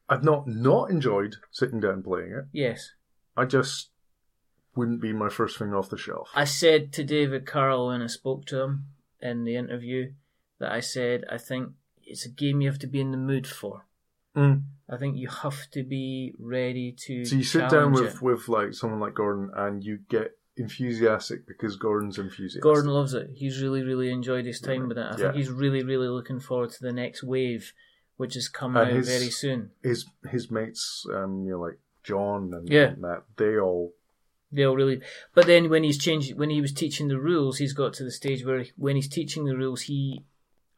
I've not not enjoyed sitting down playing it. Yes. I just wouldn't be my first thing off the shelf. I said to David Carl when I spoke to him in the interview that I said, I think it's a game you have to be in the mood for. Mm. I think you have to be ready to. So you sit down challenge with it. with like someone like Gordon, and you get enthusiastic because Gordon's enthusiastic. Gordon loves it. He's really, really enjoyed his time with it. I Mm-hmm. Yeah. think he's really, really looking forward to the next wave, which is coming And out his- very soon. his his mates, um, you know, like John and, Yeah. and that they all They'll really. But then when he's changed, when he was teaching the rules, he's got to the stage where he- when he's teaching the rules, he,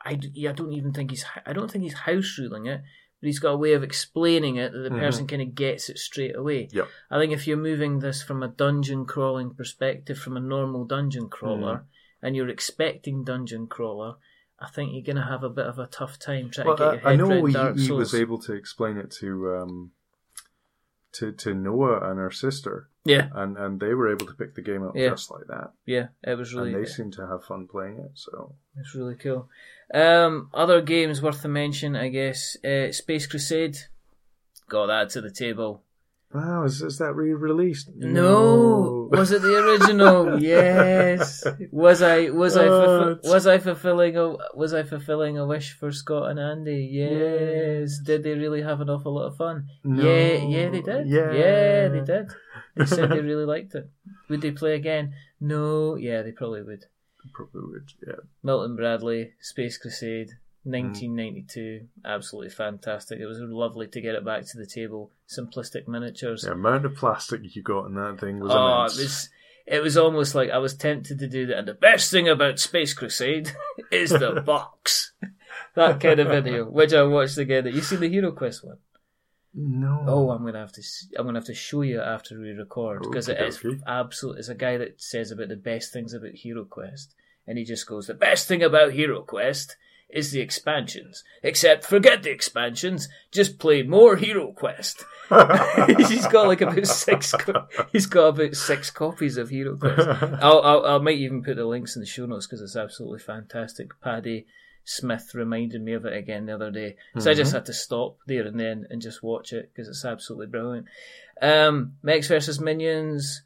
I, d- yeah, I don't even think he's, I don't think he's house ruling it, but he's got a way of explaining it that the Mhm. person kind of gets it straight away. Yep. I think if you're moving this from a dungeon crawling perspective, from a normal dungeon crawler, Mm-hmm. and you're expecting dungeon crawler, I think you're going to have a bit of a tough time trying Well, to get your I, I head know around he, Dark he Souls. was able to explain it to um, to to Noah and her sister, yeah, and and they were able to pick the game up Yeah. just like that, yeah, it was really. and they seemed to have fun playing it. So That's really cool. Um, other games worth a mention, I guess. Uh, Space Crusade. Got that to the table. wow, is, is that re-released? No, was it the original? yes. Was I was I Oh, fulfi- it's- was I fulfilling a was I fulfilling a wish for Scott and Andy? Yes. Did they really have an awful lot of fun? No. Yeah, yeah, they did. Yeah. yeah, they did. They said they really liked it. Would they play again? No. Yeah, they probably would. Probably would. Yeah, Milton Bradley, Space Mm. Crusade, 1992. Absolutely fantastic. It was lovely to get it back to the table. Simplistic miniatures. the amount of plastic you got in that thing was oh, immense. it was. It was almost like I was tempted to do that. And the best thing about Space Crusade is the box. That kind of video, which I watched again. You seen the Hero Quest one? No. Oh, I'm gonna have to. s- I'm gonna have to show you after we record because it is Okey-dokey. absolute. It's a guy that says about the best things about Hero Quest, and he just goes, "The best thing about Hero Quest is the expansions. Except forget the expansions. Just play more Hero Quest." Oh. he's got like about six. Co- he's got about six copies of Hero Quest. I'll, I'll, I might even put the links in the show notes because it's absolutely fantastic. Paddy Smith reminded me of it again the other day, so I Mm-hmm. just had to stop there and then and just watch it because it's absolutely brilliant. Um, Megs versus Minions.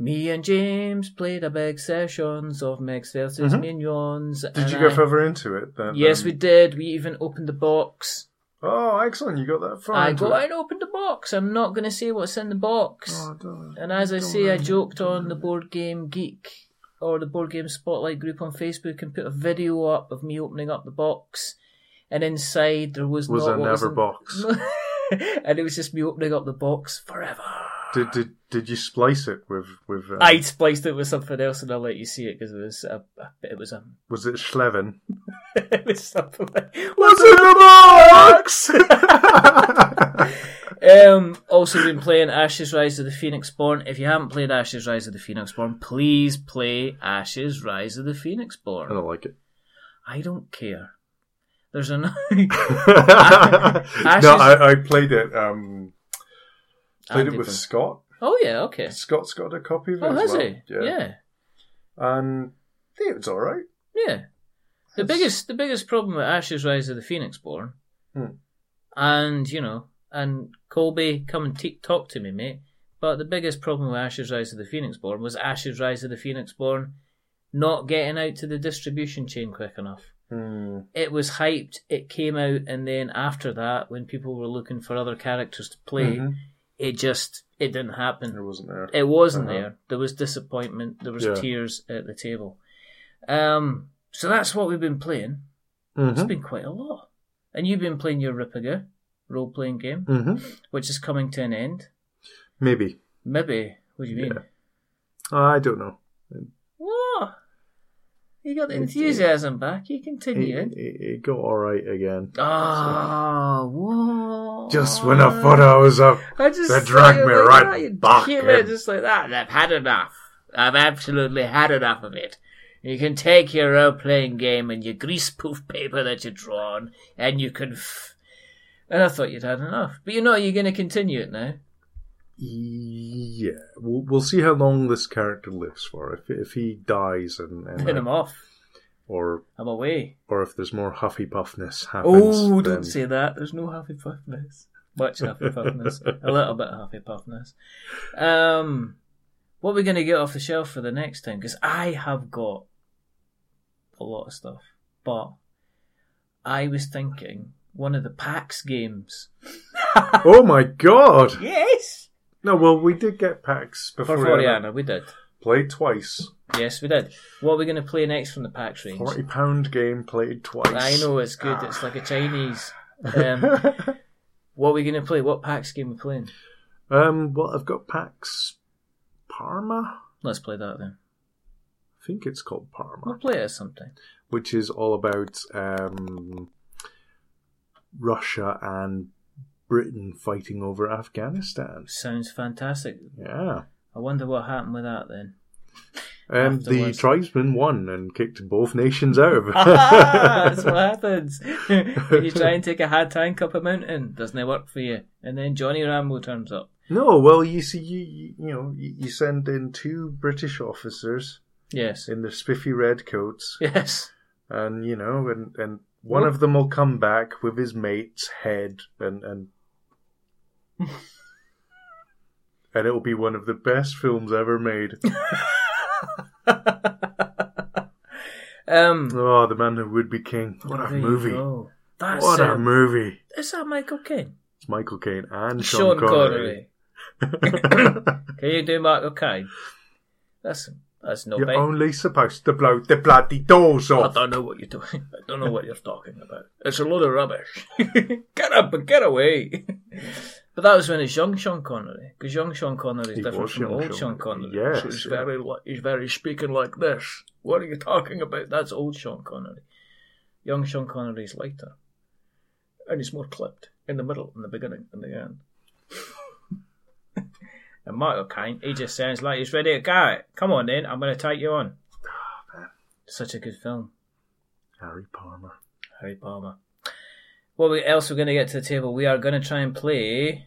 Me and James played a big sessions of Megs versus Mhm. Minions. Did and you go I- further into it? Then, Yes, um, we did. We even opened the box. Oh, excellent! You got that far. I into go it. and opened the box. I'm not going to say what's in the box. Oh, I don't- And as I don't say, I know. joked on the Board Game Geek or the Board Game Spotlight group on Facebook and put a video up of me opening up the box. And inside there was, Was not there what was never in- box? and it was just me opening up the box forever. Did did did you splice it with with? Um, I spliced it with something else, and I'll let you see it because it was a, a- it was a Was it Schleven? it was something like What's in the box? Um, also been playing Ashes Rise of the Phoenix Born. If you haven't played Ashes Rise of the Phoenix Born, please play Ashes Rise of the Phoenix I Born. don't like it. I don't care. There's an no, Ashes- I, I played it. Um, played it with Scott. Oh yeah, okay. Scott's got a copy of it. Oh, as has well. he? Yeah, And yeah, it was all right. yeah. The It's- biggest, the biggest problem with Ashes Rise of the Phoenix Born, Hmm. and you know, and Colby, come and te- talk to me, mate. But the biggest problem with Ashes Rise of the Phoenix Born was Ashes Rise of the Phoenix Born not getting out to the distribution chain quick enough. Hmm. it was hyped. It came out, and then after that, when people were looking for other characters to play, Mhm. it just it didn't It happen. wasn't there. It wasn't Uh-huh. there. There was disappointment. There was Yeah. tears at the table. Um, so that's what we've been playing. It's Mhm. been quite a lot, and you've been playing your Rippiger role playing game, Mhm. which is coming to an end. Maybe Maybe. What do you mean? Yeah. I don't know. What? You got the It's- enthusiasm back. You It, continue. it, it got all right again. Ah, whoa! Just when I thought I was up. I just They dragged saw you me like right that, you back came in in. just like that. I've had enough. I've absolutely had enough of it. You can take your role playing game and your grease poof paper that you've drawn, and you can. F- and I thought you'd had enough, but you know you're going to continue it now. Yeah, we'll, we'll see how long this character lives for. If if he dies and, and Then I'm off. or I'm away. or if there's more huffy puffness happens. Oh, then- don't say that. There's no happy puffness. Much happy puffness. A little bit of happy puffness. Um, what are we going to get off the shelf for the next time? Because I have got a lot of stuff, but I was thinking one of the PAX games. Oh my god! Yes. No, well, we did get packs For before. Floriana, we did. Played twice. Yes, we did. What are we going to play next from the PAX range? Forty pound game played twice. I know it's good. It's like a Chinese. Um, what are we going to play? What PAX game are we playing? um, well, I've got packs Parma. Let's play that then. I think it's called We'll Parma, play it as something. which is all about um, Russia and Britain fighting over Afghanistan. Sounds fantastic. Yeah. I wonder what happened with that then. Um, the Afterwards. tribesmen won and kicked both nations out of it. That's what happens. when you try and take a hard tank up a mountain, doesn't it work for you? And then Johnny Rambo turns up. no, well, you see, you, you, you know, you, you send in two British officers Yes. in their spiffy red coats, Yes. and you know, and, and one Whoop. of them will come back with his mate's head, and and and it'll be one of the best films ever made. Um, Oh, the man who would be king! What a there you movie! go. That's What a it. movie! Is that Michael Caine? It's Michael Caine and Sean Sean, Connery. Connery. Can you do Michael Caine? That's that's no You're bad. only supposed to blow the bloody doors I off. don't know what you're doing. I don't know what you're talking about. It's a load of rubbish. get up and get away. but that was when it's young Sean Connery, because young Sean Connery is He different was from young old Sean- Sean Connery. yes, so he's yeah. very li- he's very speaking like this. What are you talking about? That's old Sean Connery. Young Sean Connery's lighter, and he's more clipped. in the middle, in the beginning, and the end. and Michael Caine, he just sounds like he's ready to go. Come on, then, I'm going to take you on. Such a good film, Harry Palmer. Harry Palmer. What we- else we're going to get to the table? We are going to try and play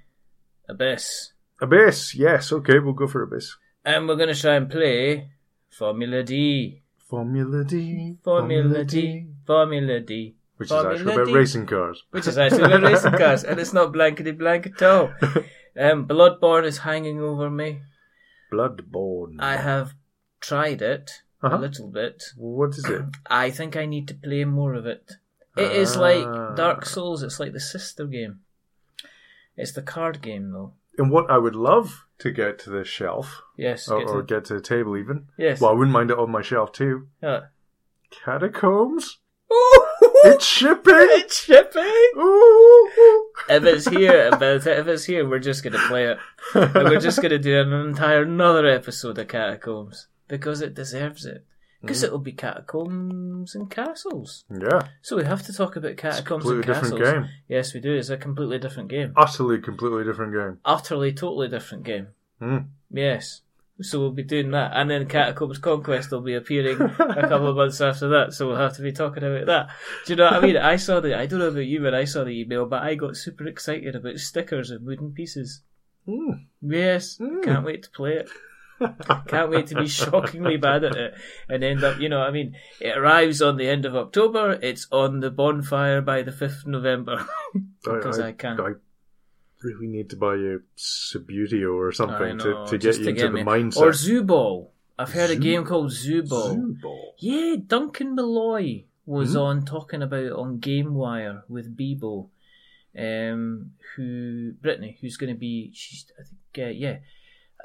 Abyss, Abyss, yes, okay, we'll go for Abyss. and we're going to try and play Formula D. Formula D. Formula D. Formula D. Which Formula is actually about D. racing cars. Which is actually about racing cars, and it's not blankety blank at all. Um, Bloodborne is hanging over me. Bloodborne. I have tried it Uh-huh. a little bit. What is it? I think I need to play more of it. It is like Ah. Dark Souls, it's like the sister game. It's the card game, though. And what I would love to get to the shelf, Yes. or, get to- or get to the table even. yes. Ah. Well, I wouldn't mind it on my shelf too. Yeah. Catacombs? it's It's shipping! shipping! Ooh! If it's here, if it's, if it's here, we're just going to play it. And we're just going to do an entire another episode of Catacombs because it deserves it. Mm-hmm. Because it'll be catacombs and castles. yeah, So we have to talk about catacombs completely and castles. different game. Yes, we do. It's a completely different game. Utterly, completely different game. Utterly, totally different game. Mm. Yes. So we'll be doing that. And then Catacombs Conquest will be appearing a couple of months after that. So we'll have to be talking about that. Do you know what I mean? I saw the, I don't know about you, but I saw the email, but I got super excited about stickers and wooden pieces. Mm. Yes. Mm. Can't wait to play it. Can't wait to be shockingly bad at it and end up, you know, what I mean, it arrives on the end of October. It's on the bonfire by the 5th of November. Because I can't. I really need to buy a Subutio or I something know, to, to get just you into the me. mindset. Or Zoo Ball. I've heard a Zoo- game called Zoo Ball. Zoo ball. Yeah, Duncan Malloy was Hmm? on talking about it on GameWire with Bebo, um, who Brittany, who's going to be, she's, I think, uh, yeah,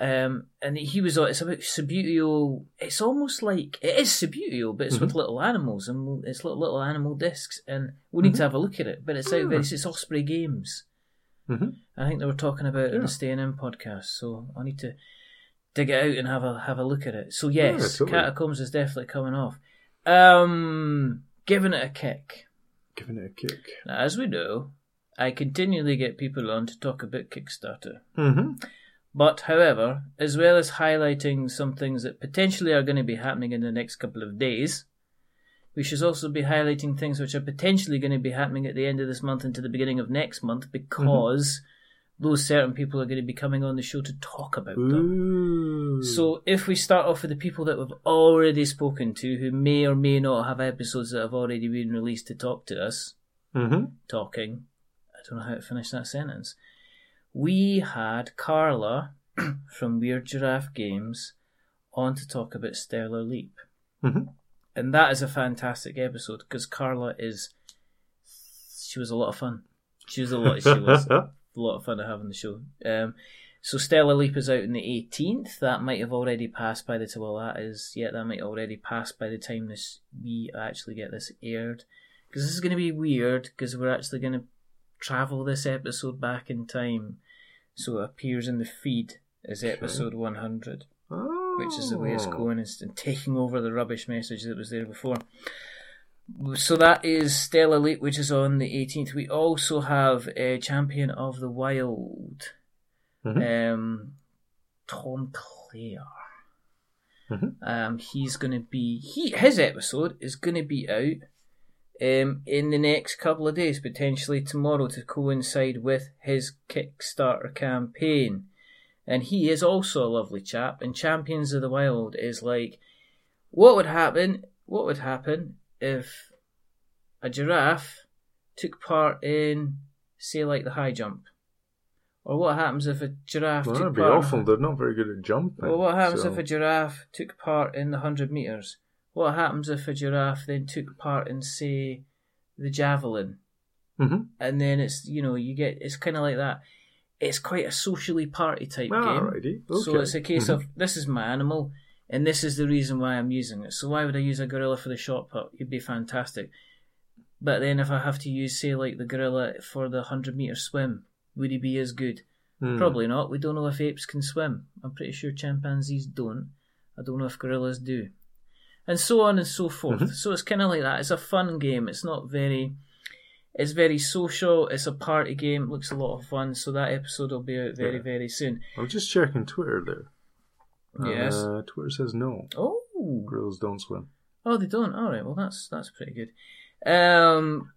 um, and he was on. It's about Subutio. It's almost like it is Subutio, but it's Mm-hmm. with little animals and we'll- it's little, little animal discs, and we Mm-hmm. need to have a look at it. But it's out. Hmm. there. It's, it's Osprey Games. Mhm. I think they were talking about it in Yeah. the Staying In podcast, so I need to dig it out and have a have a look at it. So Yeah, yes, totally. Catacombs is definitely coming off. Um, giving it a kick. Giving it a kick. Now, as we know, I continually get people on to talk about Kickstarter. Mm-hmm. But, however, as well as highlighting some things that potentially are going to be happening in the next couple of days, we should also be highlighting things which are potentially going to be happening at the end of this month into the beginning of next month because those certain people are going to be coming on the show to talk about them. Ooh. So if we start off with the people that we've already spoken to, who may or may not have episodes that have already been released to talk to us, hmm talking. I don't know how to finish that sentence. We had Carla from Weird Giraffe Games on to talk about Stellar Leap. hmm And that is a fantastic episode because Carla is. She was a lot of fun. She was a lot. She was a lot of fun to have on the show. Um, so Stellar Leap is out on the 18th. That might have already passed by the time. Well, that is. Yeah, that might already pass by the time this we actually get this aired. Because this is going to be weird because we're actually going to travel this episode back in time. So it appears in the feed as episode 100 which is the way it's Oh. going is and taking over the rubbish message that was there before. So that is Stella Lake, which is on the 18th. We also have a Champion of the Wild, Mhm. um, Tom Clare. Mhm. Um, he's going to be he his episode is going to be out um, in the next couple of days, potentially tomorrow, to coincide with his Kickstarter campaign. And he is also a lovely chap. And Champions of the Wild is like, what would happen? What would happen if a giraffe took part in, say, like the high jump? Or what happens if a giraffe Well, took that'd be part? awful. They're not very good at jumping. Well, what happens so- if a giraffe took part in the 100 metres? What happens if a giraffe then took part in, say, the javelin? Mhm. And then it's, you know, you get, it's kind of like that. It's quite a socially party type game. Alrighty. So Ah, okay. it's a case Mhm. of this is my animal, and this is the reason why I'm using it. So why would I use a gorilla for the shot put? It'd be fantastic. But then if I have to use, say, like the gorilla for the hundred meter swim, would he be as good? Mm. Probably not. We don't know if apes can swim. I'm pretty sure chimpanzees don't. I don't know if gorillas do. And so on and so forth. So it's kind of like that. It's a fun game. It's not very. It's very social. It's a party game. Looks a lot of fun. So that episode will be out very Yeah. very soon. I'm just checking Twitter there. Yes. Uh, Twitter says no. Oh, Grills don't swim. oh, they don't. All right. Well, that's that's pretty good. Um,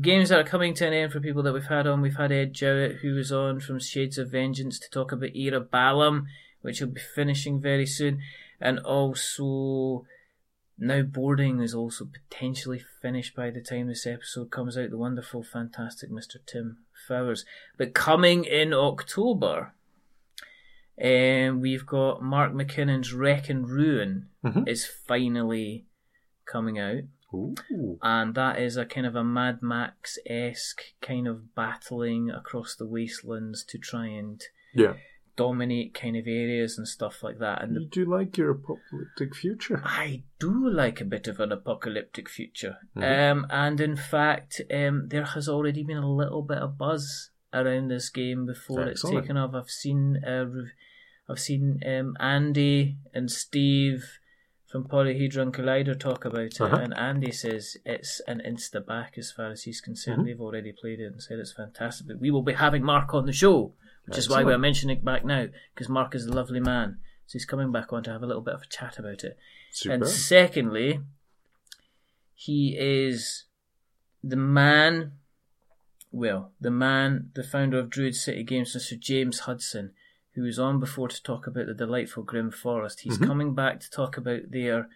games that are coming to an end for people that we've had on. We've had Ed Jowett, who was on from Shades of Vengeance, to talk about Era Balam, which will be finishing very soon, and also. Now boarding is also potentially finished by the time this episode comes out. The wonderful, fantastic Mr. Tim Fowers. But coming in October, um, we've got Mark McKinnon's Wreck and Ruin Mhm. is finally coming out, Ooh. and that is a kind of a Mad Max esque kind of battling across the wastelands to try and Yeah. dominate kind of areas and stuff like that. And the You do like your apocalyptic future. I do like a bit of an apocalyptic future. Mhm. Um, and in fact, um, there has already been a little bit of buzz around this game before it's Excellent. taken off. I've seen, uh, rev- I've seen um, Andy and Steve from Polyhedron Collider talk about it, Uh-huh. and Andy says it's an insta back as far as he's concerned. Mm-hmm. They've already played it and said it's fantastic. But we will be having Mark on the show, which is why Excellent. we're mentioning it back now because Mark is a lovely man. So he's coming back on to have a little bit of a chat about it. Super. And secondly, he is the man, well, the man, the founder of Druid City Games, Mr. James Hudson, who was on before to talk about the delightful Grim Forest. He's coming back to talk about their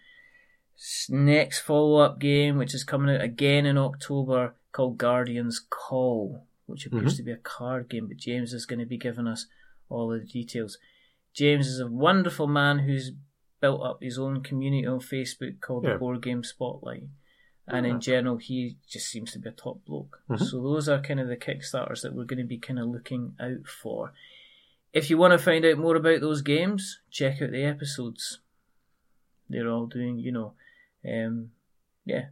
s- next follow up game, which is coming out again in October, called Guardian's Call, which appears to be a card game, but James is going to be giving us all of the details. James is a wonderful man who's built up his own community on Facebook called the Yeah. Board Game Spotlight. And in general, he just seems to be a top bloke. Mhm. So those are kind of the Kickstarters that we're going to be kind of looking out for. If you want to find out more about those games, check out the episodes. They're all doing, you know, um, yeah,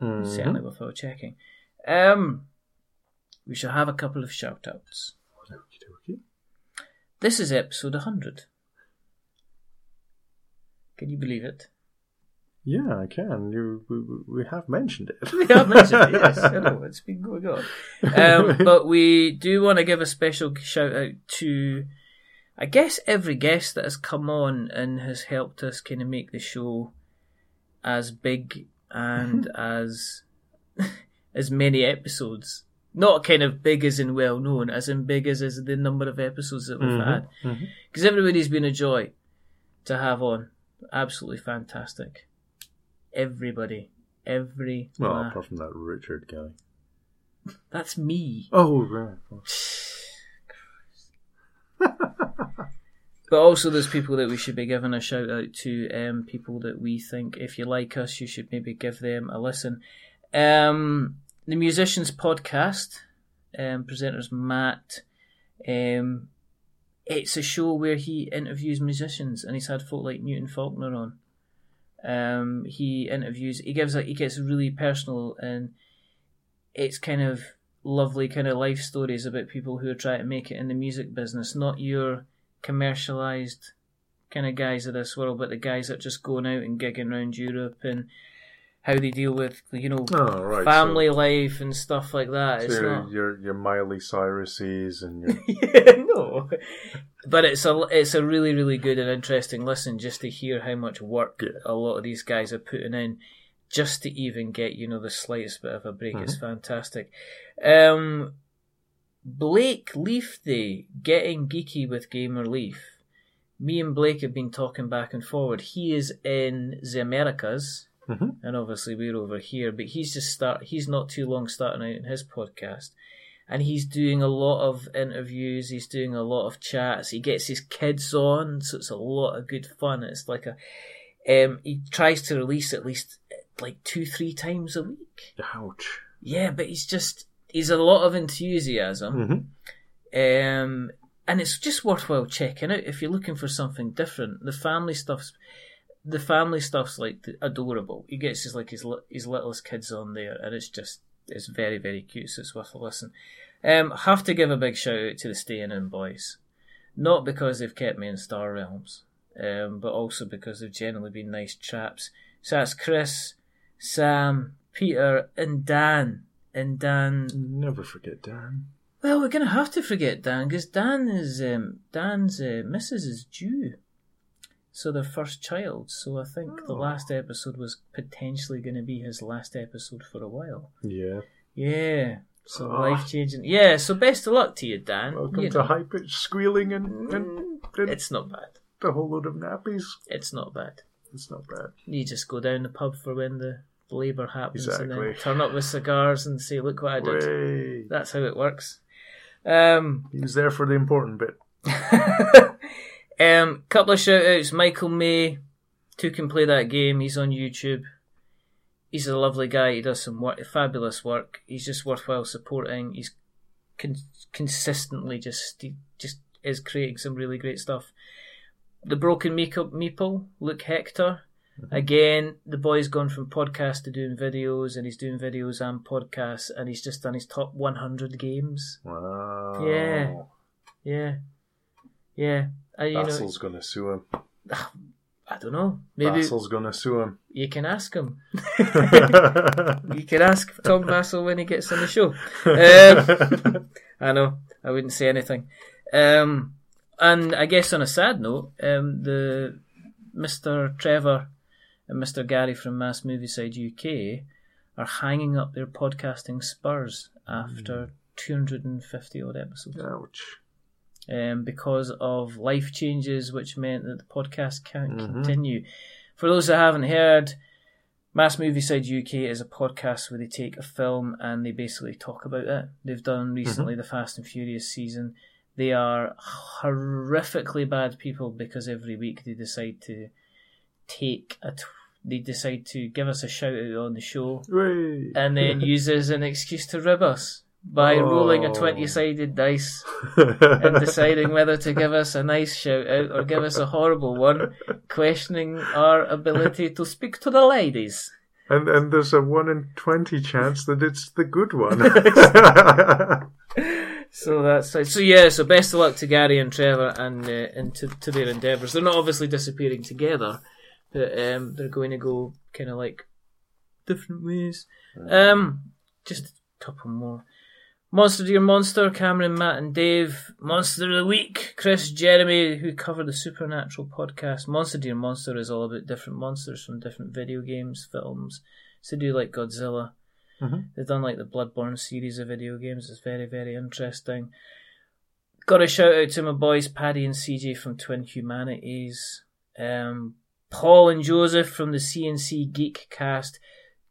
Mhm. certainly without checking. Um, we shall have a couple of shout outs. Okey-dokey. This is episode 100. Can you believe it? Yeah, I can. You, we, we- we have mentioned it. We have mentioned it, yes. I know, it's been going on. Um, but we do want to give a special shout out to, I guess, every guest that has come on and has helped us kind of make the show as big and as as many episodes. Not kind of big as in well known, as in big as, as the number of episodes that we've Mhm, had. mhm. Because everybody's been a joy to have on. Absolutely fantastic. Everybody. Every. Well, la- apart from that Richard guy. That's me. Oh, right. But also, there's people that we should be giving a shout out to, um, people that we think, if you like us, you should maybe give them a listen. Um, the Musicians Podcast, um, presenters Matt. Um, it's a show where he interviews musicians, and he's had folk like Newton Faulkner on. Um, he interviews, he gives, a, he gets really personal, and it's kind of lovely, kind of life stories about people who are trying to make it in the music business, not your commercialized kind of guys of this world, but the guys that just going out and gigging around Europe and how they deal with you know Oh, right. so- family life and stuff like that. So, It's your, not. your, your Miley Cyruses and your. no. But it's a it's a really really good and interesting listen just to hear how much work Yeah. a lot of these guys are putting in just to even get you know the slightest bit of a break It's fantastic. Um, Blake Leaf Day getting geeky with Gamer Leaf. Me and Blake have been talking back and forward. He is in the Americas, Mhm. and obviously we're over here. But he's just start. He's not too long starting out in his podcast and he's doing a lot of interviews. He's doing a lot of chats. He gets his kids on, so it's a lot of good fun. It's like a, um, he tries to release at least eh, like two, three times a week. Ouch. Yeah, but he's just he's a lot of enthusiasm, Mhm. um, and it's just worthwhile checking out if you're looking for something different. The family stuff's the family stuff's like th- adorable. He gets his like his li- his littlest kids on there, and it's just it's very very cute. So it's worth a listen. Um, have to give a big shout out to the Staying In boys, not because they've kept me in Star Realms, um, but also because they've generally been nice chaps. So that's Chris, Sam, Peter, and Dan and Dan. Never forget Dan. Well, we're gonna have to forget Dan because Dan is um, Dan's uh, missus is due, so their first child. So I think the Oh. last episode was potentially gonna be his last episode for a while. Yeah. Yeah. So Oh. life changing. Yeah. So best of luck to you, Dan. Welcome You to know, high pitched squealing and, and, and it's not bad. a whole load of nappies. It's not bad. It's not bad. You just go down the pub for when the labour happens, and then Exactly. turn up with cigars and say, "Look what I did." Way. That's how it works. Um. He was there for the important bit. um, couple of shout outs. Michael May, who can play that game. He's on YouTube. He's a lovely guy. He does some work, fabulous work. He's just worthwhile supporting. He's con- consistently just he just is creating some really great stuff. The Broken Meepo- Meeple, Luke Hector. Again, the boy's gone from podcast to doing videos, and he's doing videos and podcasts, and he's just done his top 100 games. Wow. Yeah. Yeah, yeah. And, you know, Basil's gonna sue him. I don't know. Maybe Basil's gonna sue him. you can ask him. You can ask Tom Vassell when he gets on the show. Um, I know. I wouldn't say anything. Um, and I guess on a sad note, um, the Mr. Trevor and Mr. Gary from Mass Movie Side UK are hanging up their podcasting spurs after 250 odd episodes Ouch. um, because of life changes, which meant that the podcast can't continue. For those that haven't heard, Mass Movie Side UK is a podcast where they take a film and they basically talk about it. They've done recently the Fast and Furious season. They are horrifically bad people because every week they decide to take a. T- they decide to give us a shout out on the show Way. and then use it as an excuse to rib us by rolling a Oh. 20 sided dice and deciding whether to give us a nice shout out or give us a horrible one, questioning our ability to speak to the ladies. and and there's a one in twenty chance that it's the good one. So that's it. so yeah. So best of luck to Gary and Trevor and uh, and to, to their endeavours. They're not obviously disappearing together, but um, they're going to go kind of like different ways. Um, just a couple more. Monster Dear Monster, Cameron, Matt, and Dave. Monster of the Week, Chris, Jeremy, who cover the Supernatural podcast. Monster Dear Monster is all about different monsters from different video games, films. So do like Godzilla. They've done like the Bloodborne series of video games. It's very, very interesting. Got a shout out to my boys Paddy and CJ from Twin Humanities, um, Paul and Joseph from the CNC Geek Cast.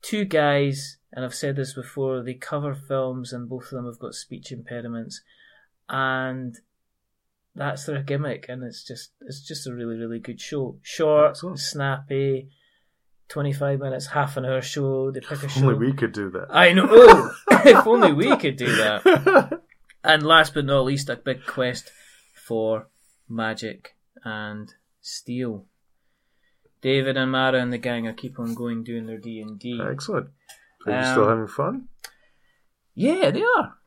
Two guys, and I've said this before, they cover films, and both of them have got speech impairments, and that's their gimmick. And it's just, it's just a really, really good show. Short, Excellent. snappy, twenty-five minutes, half an hour show. They pick a show. Only we could do that. I know. if only we could do that. And last but not least, a big quest for magic and steel. David and Mara and the gang are keep on going doing their D and D. Excellent. Are you Um, still having fun? Yeah, they are.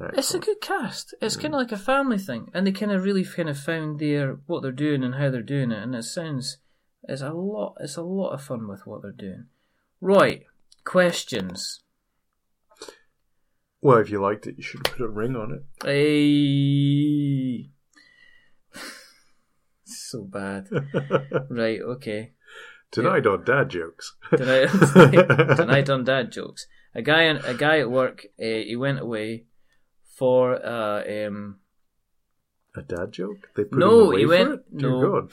It's a Excellent. good cast. It's kind of like a family thing, and they kind of really kind of found their what they're doing and how they're doing it, and it sounds it's a lot. It's a lot of fun with what they're doing. Right, questions. Well, if you liked it, you should put a ring on it. Hey. so bad. right, okay. Tonight on dad jokes. Tonight, tonight on dad jokes. A guy, on, a guy at work, uh, he went away for uh, um, A dad joke? They put No, him away he for went- it? Dear no. God.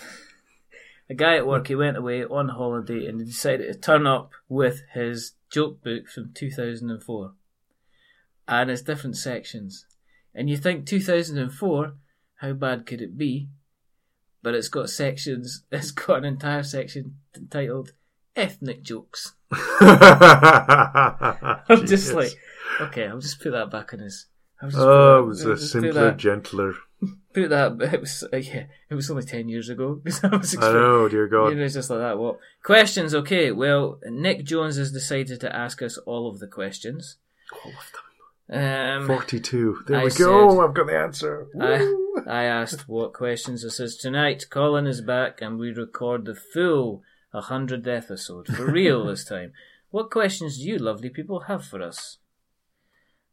a guy at work. He went away on holiday and he decided to turn up with his joke book from 2004, and it's different sections. And you think 2004, how bad could it be? But it's got sections. It's got an entire section entitled "Ethnic Jokes." I'm just like, okay, I'll just put that back in his. I'll just put Oh, that- it was I'll a just simpler, Put that, gentler. put that. It was uh, yeah. It was only ten years ago. 'cause I was I expecting- know, dear you God. know, it's just like that. What questions? Okay, well, Nick Jones has decided to ask us all of the questions. Um, 42. There I we said- go. I've got the answer. I, Woo. I asked what questions. It says tonight Colin is back and we record the full 100th episode for real this time. What questions do you lovely people have for us?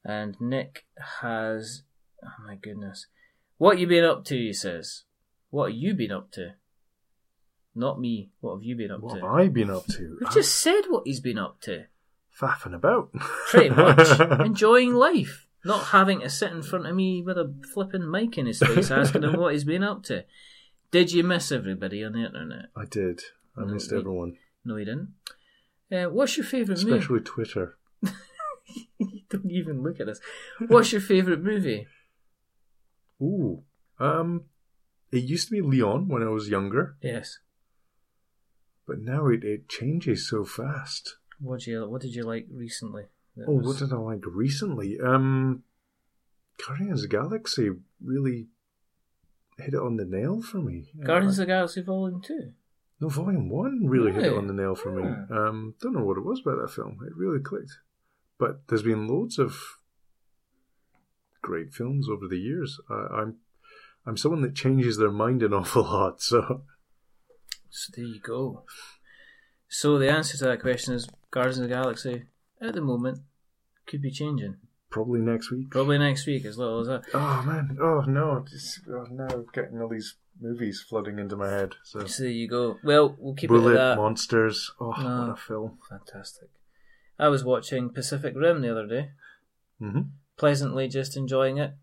And Nick has. Oh my goodness. What you been up to, he says. What have you been up to? Not me. What have you been up What to? have I been up to? We've just said what he's been up to. faffing about. Pretty much. Enjoying life. Not having to sit in front of me with a flipping mic in his face asking him what he's been up to. Did you miss everybody on the internet? I did. I No, missed we- everyone, No, you didn't. Uh, what's your favourite especially Twitter. movie? you don't even look at this. What's your favourite movie? Ooh. Um, it used to be Leon when I was younger, Yes. but now it, it changes so fast. What did you What did you like recently? that Oh, was- what did I like recently? Um, Guardians of the Galaxy really hit it on the nail for me. Guardians of the Galaxy Volume Two. No, Volume One really hit it Really? on the nail for me. Hmm. Um, don't know what it was about that film. It really clicked. But there's been loads of great films over the years. I, I'm I'm someone that changes their mind an awful lot. So So there you go. So the answer to that question is Guardians of the Galaxy. At the moment, could be changing. probably next week. Probably next week, as little as that. Oh man! Oh no! Just, oh no! Getting all these movies flooding into my head. So So there you go. Well, we'll keep it at Bullet that. Monsters. Oh, No. what a film! Fantastic. I was watching Pacific Rim the other day. hmm Pleasantly, just enjoying it.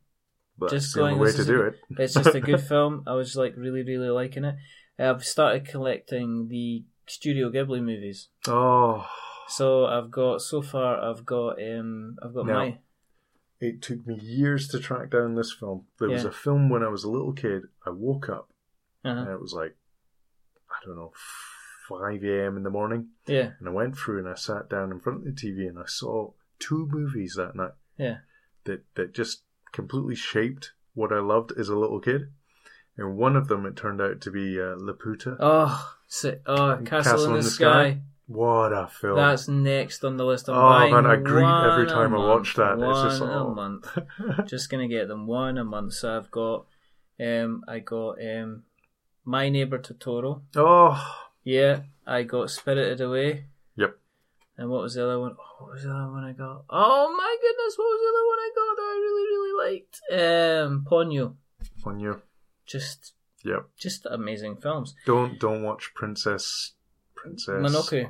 But Just it's the only going, way this to is do a- it. It's just a good film. I was like really, really liking it. I've started collecting the Studio Ghibli movies. Oh, So I've got so far I've got um I've got Now, my It took me years to track down this film. There was Yeah. a film when I was a little kid. I woke up and uh it was like, I don't know, 5 a.m. in the morning. yeah And I went through and I sat down in front of the TV and I saw two movies that night yeah that, that just completely shaped what I loved as a little kid. And one of them, it turned out to be uh, Laputa. oh si oh Castle, in the, Sky, What a film. that's next on the list. I'm Oh, buying man, I grieve one every a time I month, watch that. It's One just like, a oh. month. just gonna get them one a month. So I've got um I got um my neighbor Totoro. oh, Yeah, I got Spirited Away. yep. And what was the other one? Oh, what was the other one I got? Oh my goodness, what was the other one I got that I really really liked? Um, Ponyo. On you. Just Yep. just amazing films. Don't don't watch Princess Princess Monoku.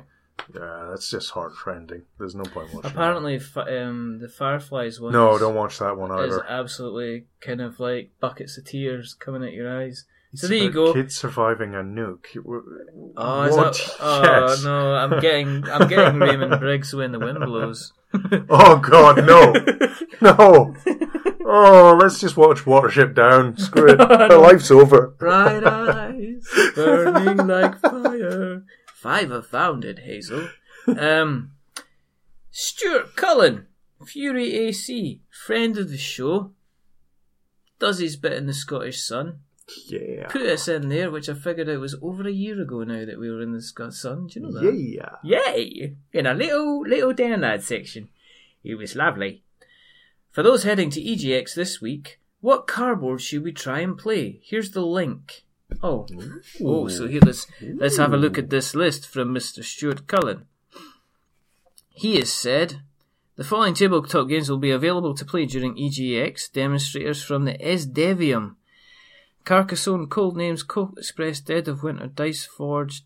Yeah, that's just heartrending. There's no point watching. that. Apparently, f- um, the Fireflies one. no, is, don't watch that one Is either. absolutely kind of like buckets of tears coming at your eyes. It's so there you about go. Kids surviving a nuke. W- Oh, is what? that, oh Yes. no! I'm getting I'm getting Raymond Briggs when the wind blows. Oh God, no, no. Oh, let's just watch Watership Down. Screw it. My life's over. Bright eyes burning like fire. Five have found it, Hazel. Um, Stuart Cullen, Fury AC, friend of the show, does his bit in the Scottish Sun. Yeah, Put us in there, which I figured out was over a year ago now that we were in the Scottish Sun. Do you know that? yeah. Yay! In a little, little download section. It was lovely. For those heading to EGX this week, what cardboard should we try and play? Here's the link. Oh, oh, so here let's let's have a look at this list from Mr. Stuart Cullen. He has said the following tabletop games will be available to play during EGX demonstrators from the Esdevium. Carcassonne, Cold Names, Coke Express, Dead of Winter, Dice Forge,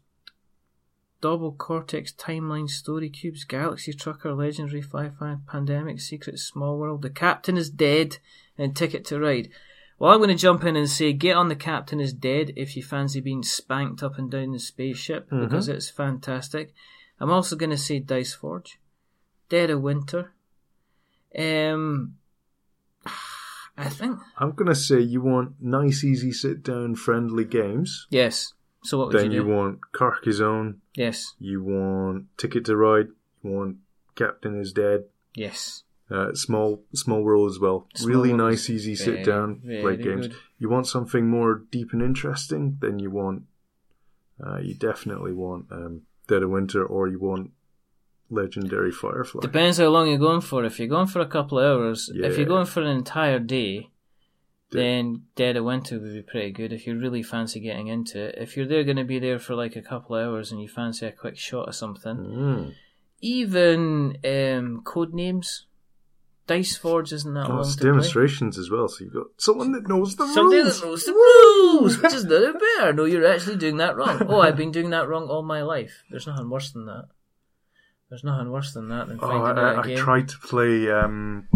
Double Cortex, Timeline, Story Cubes, Galaxy Trucker, Legendary, Fly Fi, Pandemic, Secret, Small World, The Captain is Dead, and Ticket to Ride. Well, I'm going to jump in and say, get on The Captain is Dead if you fancy being spanked up and down the spaceship, because it's fantastic. I'm also going to say Dice Forge, Dead of Winter. Um, I think I'm gonna say you want nice, easy, sit-down, friendly games. yes. So what would Then you you do? want Carcassonne. yes, You want Ticket to Ride. You want Captain is Dead. yes. Uh, small small world as well. Small really World nice, easy very, sit down play very games. good. You want something more deep and interesting, then you want uh, you definitely want um, Dead of Winter or you want Legendary Firefly. Depends how long you're going for. If you're going for a couple of hours, if Yeah. you're going for an entire day, Yeah. then Dead of Winter would be pretty good if you really fancy getting into it. If you're there going to be there for like a couple of hours and you fancy a quick shot of something, Mm. even um, code names Dice Forge isn't that Oh, long it's to play. demonstrations as well, so you've got someone that knows the Somebody rules. that knows the rules, which is not better. No, you're actually doing that wrong. Oh, I've been doing that wrong all my life. There's nothing worse than that. There's nothing worse than that than Oh, finding I, out a I, I game. tried to play um,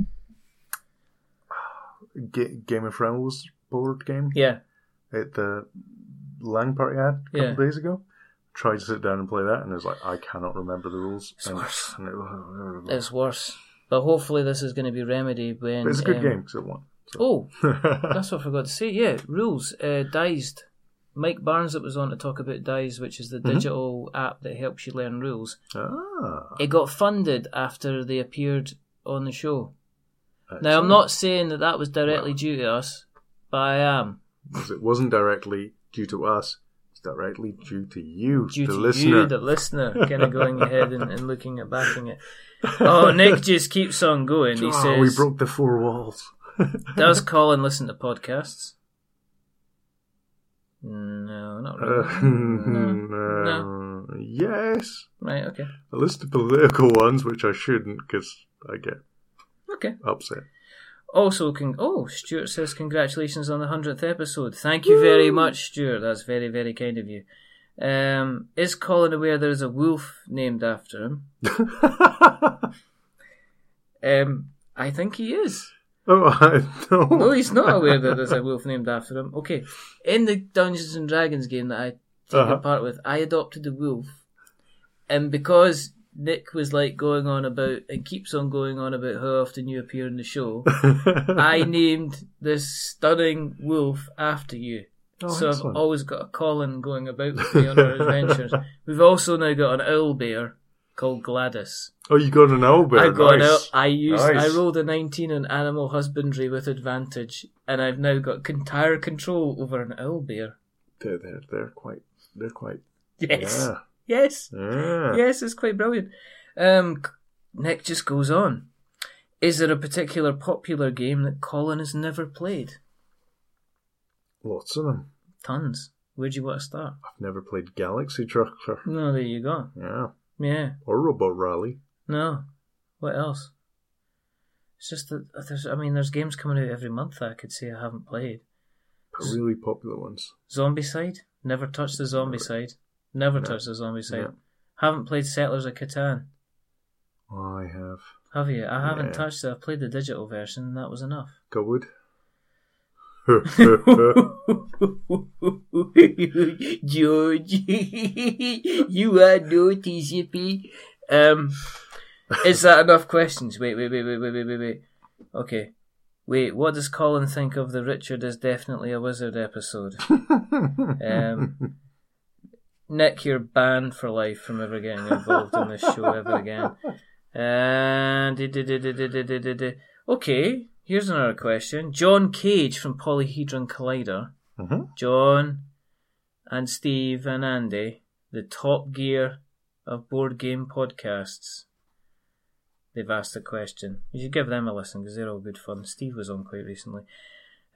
Ga- Game of Thrones board game Yeah, at the Lang party I had a couple Yeah. days ago. Tried to sit down and play that, and it was like I cannot remember the rules. It's and, worse. and it- it's worse. But hopefully, this is going to be remedied when. but it's a good um, game because it won. Ah, Oh, that's what I forgot to say. Yeah, rules. Uh, Dized. Mike Barnes that was on to talk about Dize, which is the Mm-hmm. digital app that helps you learn rules. ah, It got funded after they appeared on the show. Now, I'm excellent. not saying that that was directly due to us, but I am. 'Cause it wasn't directly due to us. It's directly due to you, Due the to listener. you, the listener, kind of going ahead and, and looking at backing it. Oh, Nick just keeps on going. He Ah, says, we broke the four walls. Does Colin listen to podcasts? No, not really. Uh, No. um, Yes. Right, okay. I list the political ones, which I shouldn't because I get Okay. upset. Also, con- oh, Stuart says congratulations on the hundredth episode. Thank you very much, Stuart. That's very, very kind of you. Um, is Colin aware there is a wolf named after him? Um, I think he is. oh, I don't. No, he's not aware that there's a wolf named after him. Okay, in the Dungeons and Dragons game that I took Uh-huh. part with, I adopted a wolf, and because Nick was like going on about and keeps on going on about how often you appear in the show, I named this stunning wolf after you. Oh, so I've excellent. always got a Colin going about with me on our adventures. We've also now got an owl bear called Gladys. oh, you got an owl bear. I've got an owl. nice. I used. Nice. I rolled a nineteen on animal husbandry with advantage, and I've now got entire control over an owl bear. They're, they're, they're quite. They're quite. Yes, Yeah. yes, yeah. yes. It's quite brilliant. Um, Nick just goes on. Is there a particular popular game that Colin has never played? Lots of them. Tons. Where do you want to start? I've never played Galaxy Trucker. No, there you go. Yeah. Yeah. Or Robo Rally. No. What else? It's just that uh, there's. I mean, there's games coming out every month that I could say I haven't played. But really popular ones. Zombie Side. Never touched the Zombie Side. Never touched the Zombie Side. Yeah. Haven't played Settlers of Catan. I have. Have you? I haven't Yeah. touched it. I've played the digital version and that was enough. Got wood. George, you are naughty, Zippy. Um, is that enough questions? Wait, wait, wait, wait, wait, wait, wait, wait. Okay. Wait, what does Colin think of the Richard is definitely a wizard episode? Um, Nick, you're banned for life from ever getting involved in this show ever again. And okay, here's another question. John Cage from Polyhedron Collider. Mhm. John and Steve and Andy, the top gear of board game podcasts. They've asked a question. You should give them a listen because they're all good fun. Steve was on quite recently.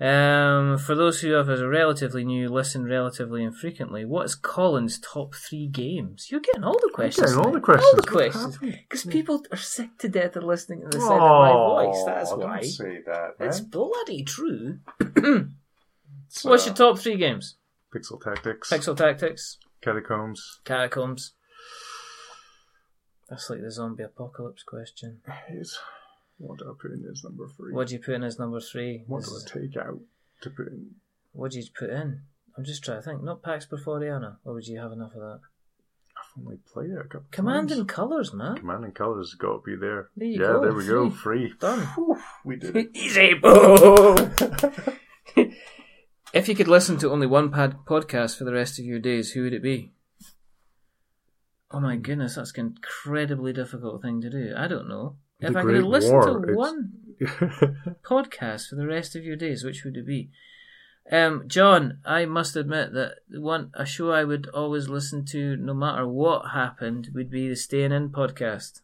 Um, for those who have a relatively new, listen relatively infrequently. What is Colin's top three games? You're getting all the questions. getting all tonight. the All the questions. What's questions. happening? Because people are sick to death of listening to the sound of my voice. That's Oh, why. Don't say that. It's man. bloody true. It's, What's uh, your top three games? Pixel Tactics. Pixel Tactics, Catacombs. Catacombs. That's like the zombie apocalypse question. Is what do I put in as number three? What do you put in as number three? what This do is- I take out to put in? What do you put in? I'm just trying to think. Not Pax Perforiana, or would you have enough of that? I've only played it a couple. Command times. and Colours, man. command and colors has got to be there. There you yeah, go, there we go. three. Free. Done. we did it. Easy, boom! if you could listen to only one pad podcast for the rest of your days, who would it be? Oh my goodness, that's an incredibly difficult thing to do. I don't know. The if I Great could listen War, to it's- one podcast for the rest of your days, which would it be? Um, John, I must admit that one a show I would always listen to, no matter what happened, would be the Staying In podcast.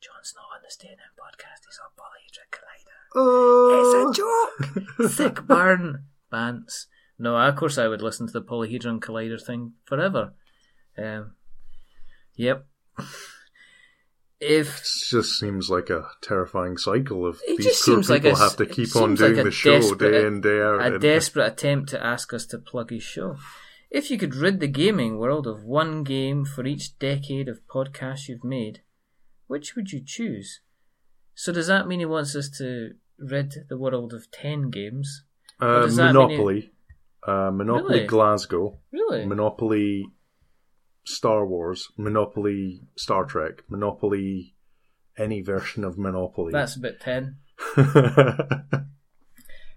John's not on the Staying In podcast; he's on Polyhedra Collider. oh, joke. Thick burn, Bants. No, of course I would listen to the Polyhedron Collider thing forever. Um, yep. If It just seems like a terrifying cycle of It these just poor seems like people a s- have to it keep on seems like doing a the show desperate- day in day out. a and- uh, desperate attempt to ask us to plug his show. If you could rid the gaming world of one game for each decade of podcasts you've made, which would you choose? So does that mean he wants us to rid the world of ten games? What uh, does that mean? Monopoly, uh, Monopoly Really? Glasgow, Really? Monopoly Star Wars, Monopoly Star Trek, Monopoly any version of Monopoly. That's about ten.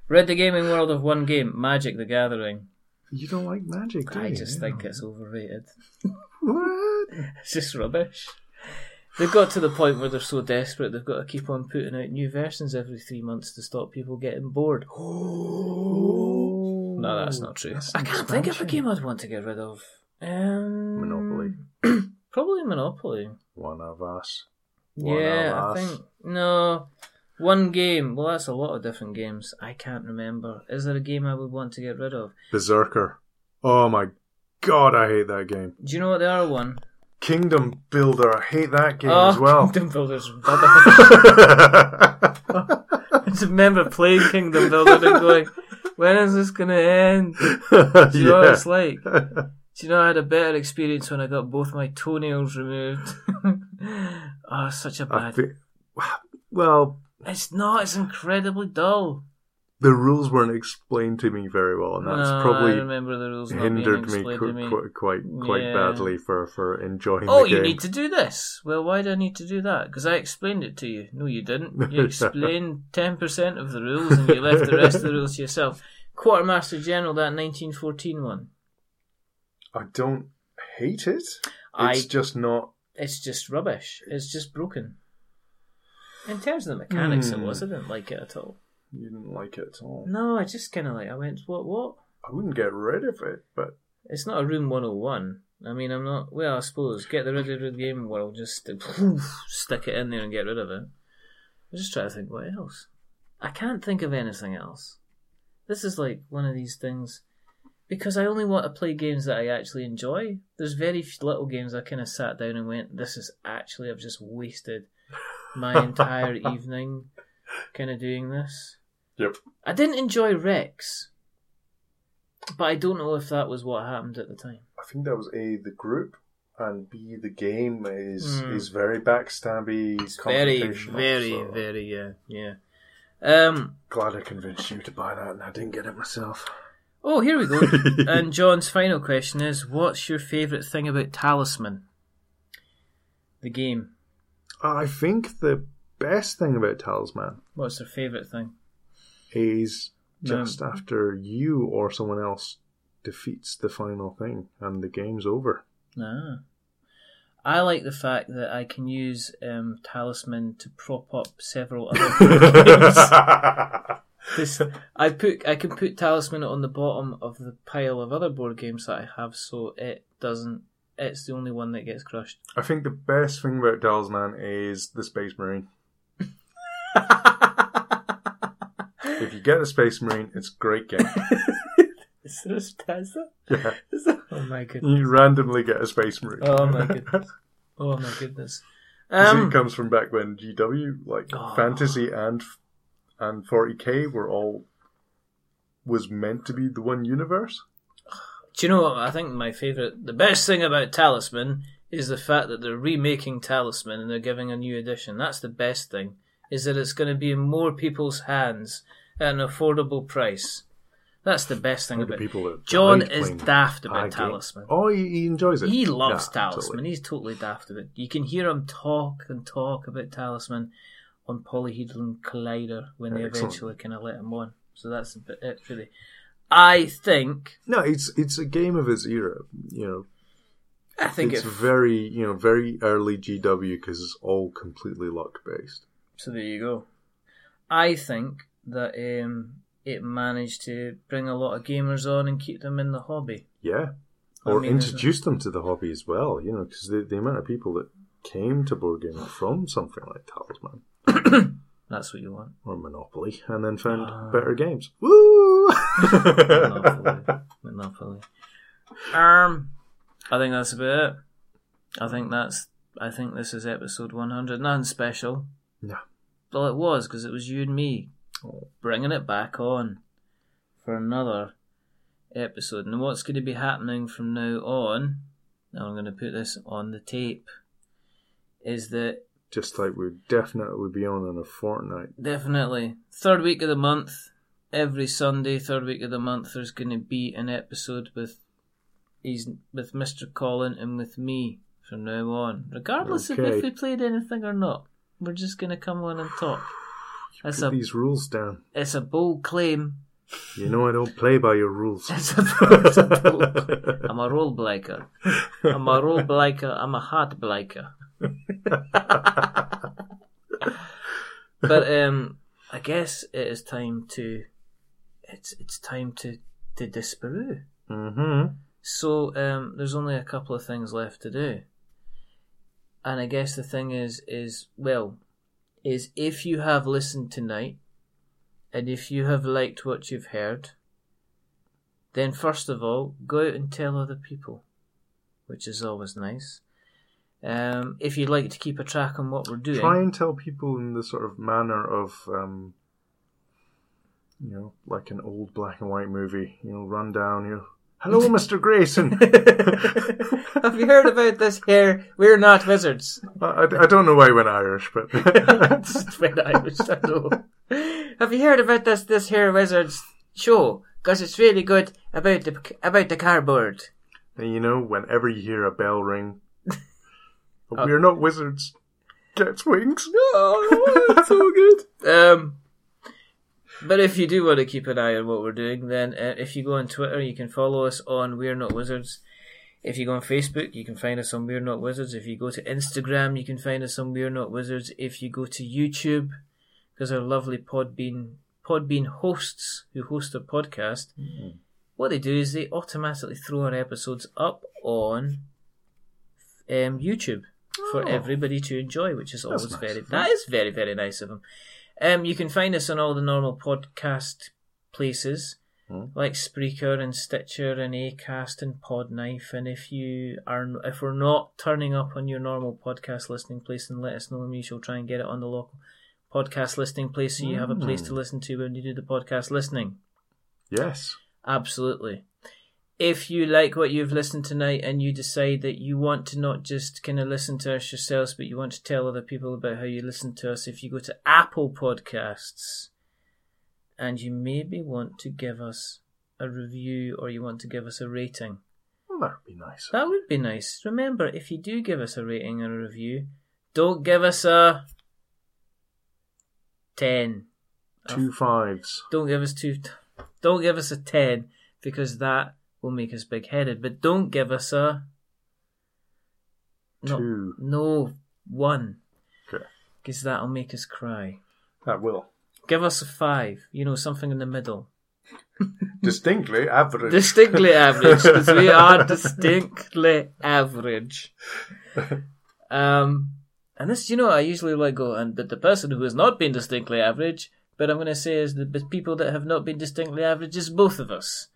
Rid the gaming world of one game, Magic the Gathering. you don't like magic, do you? I just No. think it's overrated. What? It's just rubbish. They've got to the point where they're so desperate they've got to keep on putting out new versions every three months to stop people getting bored. No, that's not true. I can't think of a game I'd want to get rid of. Um, Monopoly. Probably Monopoly. One of us. One yeah, of I us. think no. One game. Well, that's a lot of different games. I can't remember. Is there a game I would want to get rid of? Berserker. Oh my god, I hate that game. Do you know what the other one? Kingdom Builder. I hate that game oh, as well. Kingdom Builder's rubbish. I just remember playing Kingdom Builder and going, "When is this gonna end?" Do you know what Yeah. it's like? Do you know I had a better experience when I got both my toenails removed? oh, such a I bad. thi- well, It's not. It's incredibly dull. the rules weren't explained to me very well, and that's No, I probably remember the rules not being hindered me, explained qu- to me. qu- quite quite Yeah. badly for, for enjoying oh, the you game. need to do this. Well, why do I need to do that? Because I explained it to you. No, you didn't. You explained ten percent of the rules, and you left the rest of the rules to yourself. Quartermaster General, that 1914 one. I don't hate it. It's I- just not. It's just rubbish. It's just broken. In terms of the mechanics, it was. I didn't like it at all. You didn't like it at all. No, I just kind of like I went, what, what? I wouldn't get rid of it, but It's not a room 101. I mean, I'm not. Well, I suppose get the rid of the game world, just stick it in there and get rid of it. I'm just trying to think what else. I can't think of anything else. This is like one of these things because I only want to play games that I actually enjoy. There's very few little games I kind of sat down and went, "This is actually I've just wasted my entire evening kind of doing this." Yep. I didn't enjoy Rex, but I don't know if that was what happened at the time. I think that was a the group and b the game is Hmm. is very backstabby. Very, confrontational, very, so very, yeah, yeah. Um. Glad I convinced you to buy that, and I didn't get it myself. Oh, here we go. and John's final question is: What's your favourite thing about Talisman? The game. I think the best thing about Talisman What's their favourite thing? is No. just after you or someone else defeats the final thing and the game's over. Ah. I like the fact that I can use um, Talisman to prop up several other games. This- I put I can put Talisman on the bottom of the pile of other board games that I have, so it doesn't. It's the only one that gets crushed. I think the best thing about Talisman is the Space Marine. If you get the Space Marine, it's a great game. Is there a stanza? Yeah. Is there- Oh my goodness! You randomly get a Space Marine. Oh my goodness! Oh my goodness! See, Um, it comes from back when GW, like Oh. fantasy and and 40k, were all was meant to be the one universe. Do you know what? I think my favourite, the best thing about Talisman is the fact that they're remaking Talisman and they're giving a new edition. That's the best thing, is that it's going to be in more people's hands at an affordable price. That's the best thing Look at about people that John died is playing daft our about game. Talisman. Oh, he, he enjoys it. He loves Yeah, Talisman. He's totally daft about it. You can hear him talk and talk about Talisman on Polyhedron Collider when they Excellent. eventually kind of let him on. So that's a bit it, really. I think. No, it's it's a game of its era. You know, I think it's it very you know very early GW because it's all completely luck based. So there you go. I think that um, it managed to bring a lot of gamers on and keep them in the hobby. Yeah, I or mean, there's a- introduce them to the hobby as well. You know, because the, the amount of people that came to board gaming from something like Talisman That's what you want. or Monopoly, and then found Ah. better games. Woo! Monopoly. Monopoly. Um, I think that's about it. I think that's I think this is episode 100. Nothing special. No. Well, it was because it was you and me bringing it back on for another episode. And what's going to be happening from now on, now I'm going to put this on the tape, is that Just like we'd definitely be on in a fortnight. definitely third week of the month, every Sunday, third week of the month, there's going to be an episode with he's with Mr. Colin and with me from now on, regardless of Okay. if we played anything or not. We're just going to come on and talk. That's Put a these rules down. it's a bold claim. You know I don't play by your rules. It's a bold, it's a bold claim. I'm a roll bliker. I'm a roll bliker. I'm a hard bliker. But um, I guess it is time to. It's it's time to to disparu. hmm So um, there's only a couple of things left to do. And I guess the thing is is well, is if you have listened tonight, and if you have liked what you've heard, then first of all, go out and tell other people, which is always nice. Um, if you'd like to keep a track on what we're doing, Try and tell people in the sort of manner of, um, you know, like an old black and white movie. You know, run down, you know, hello, Mr. Grayson. have you heard about this here? We're not wizards. I, I- I don't know why I went Irish, but Just when I was little. Have you heard about this this here wizards show? Because it's really good about the about the cardboard. and you know, whenever you hear a bell ring, we're not wizards. Gets wings. Oh, that's so good. Um, but if you do want to keep an eye on what we're doing, then uh, if you go on Twitter, you can follow us on We're Not Wizards. If you go on Facebook, you can find us on We're Not Wizards. If you go to Instagram, you can find us on We're Not Wizards. If you go to YouTube, because our lovely Podbean Podbean hosts who host our podcast, Mm-hmm. what they do is they automatically throw our episodes up on um, YouTube for Oh. everybody to enjoy, which is always nice very of them. that is very very nice of them. Um, you can find us on all the normal podcast places Hmm. like Spreaker and Stitcher and Acast and Podknife. And if you are if we're not turning up on your normal podcast listening place, then let us know and we shall try and get it on the local podcast listening place so you have a place to listen to when you do the podcast listening. Yes. Absolutely. If you like what you've listened tonight and you decide that you want to not just kind of listen to us yourselves, but you want to tell other people about how you listen to us, if you go to Apple Podcasts and you maybe want to give us a review or you want to give us a rating, Well, that would be nice. that would be nice. Remember, if you do give us a rating or a review, don't give us a 10 Two fives. don't give us two don't give us a 10 because that will make us big headed but don't give us a no, Two. no one Okay. because that'll make us cry That will. give us a 5 you know something in the middle Distinctly average. distinctly average because we are distinctly average um and this you know i usually like go and but the person who has not been distinctly average but i'm going to say is the the people that have not been distinctly average is both of us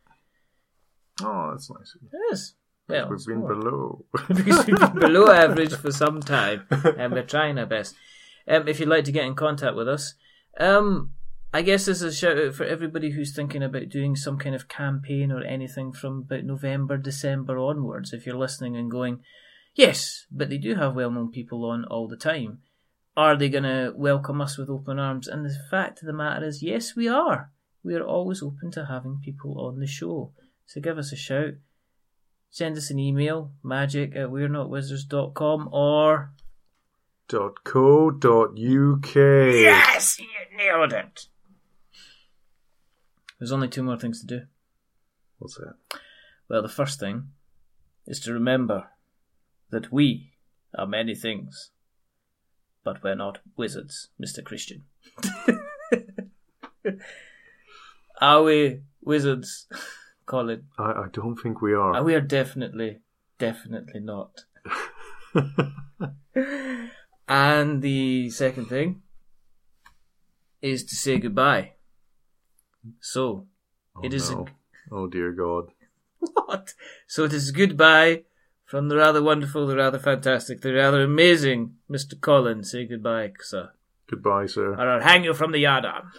oh, that's nice. Yes. Well, We've it's been more. below. Because we've been below average for some time, and we're trying our best. Um, if you'd like to get in contact with us, um, I guess this is a shout out for everybody who's thinking about doing some kind of campaign or anything from about November, December onwards. If you're listening and going, yes, but they do have well known people on all the time. Are they going to welcome us with open arms? And the fact of the matter is, yes, we are. We are always open to having people on the show. So give us a shout send us an email magic at we're not wizards.com or dot co dot uk. yes you nailed it there's only two more things to do What's that? well the first thing is to remember that we are many things but we're not wizards mr christian are we wizards colin I, I don't think we are. Uh, we are definitely, definitely not. and the second thing is to say goodbye. So oh, it is a- no. oh dear God. what? So it is goodbye From the rather wonderful, the rather fantastic, the rather amazing Mr. Collins, say goodbye, sir. Goodbye, sir. Or I'll hang you from the yardarm.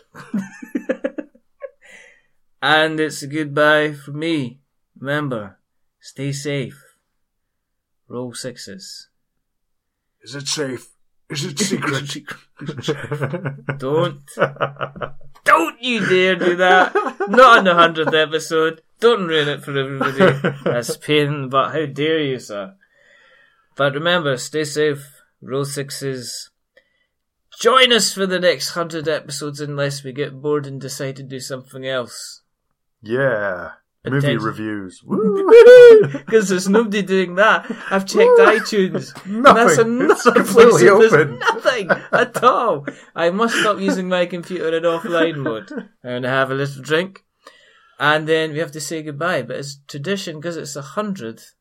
and it's a goodbye from me. Remember, stay safe. Roll sixes. Is it safe? Is it secret? Don't. Don't you dare do that. Not on the hundredth episode. Don't ruin it for everybody. That's pain, but how dare you, sir? But remember, stay safe. Roll sixes. Join us for the next hundred episodes unless we get bored and decide to do something else. yeah. Movie Potential- reviews. Woo! Because there's nobody doing that. I've checked iTunes. and that's Nothing. another It's place completely where open. there's nothing at all. I must stop using my computer in offline mode. I'm going to have a little drink. And then we have to say goodbye. But it's tradition because it's a 100th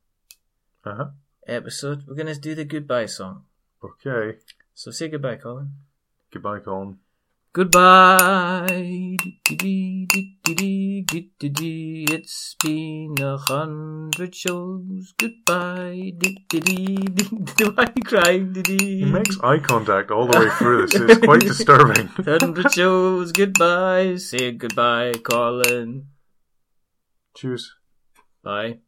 Uh-huh. episode. We're going to do the goodbye song. Okay. So say goodbye, Colin. Goodbye, Colin. Goodbye. It's been a hundred shows. Goodbye. Why are you crying? Mm. He makes eye contact all the way through this. It's quite disturbing. Hundred shows. Goodbye. Say goodbye, Colin. Cheers. Bye.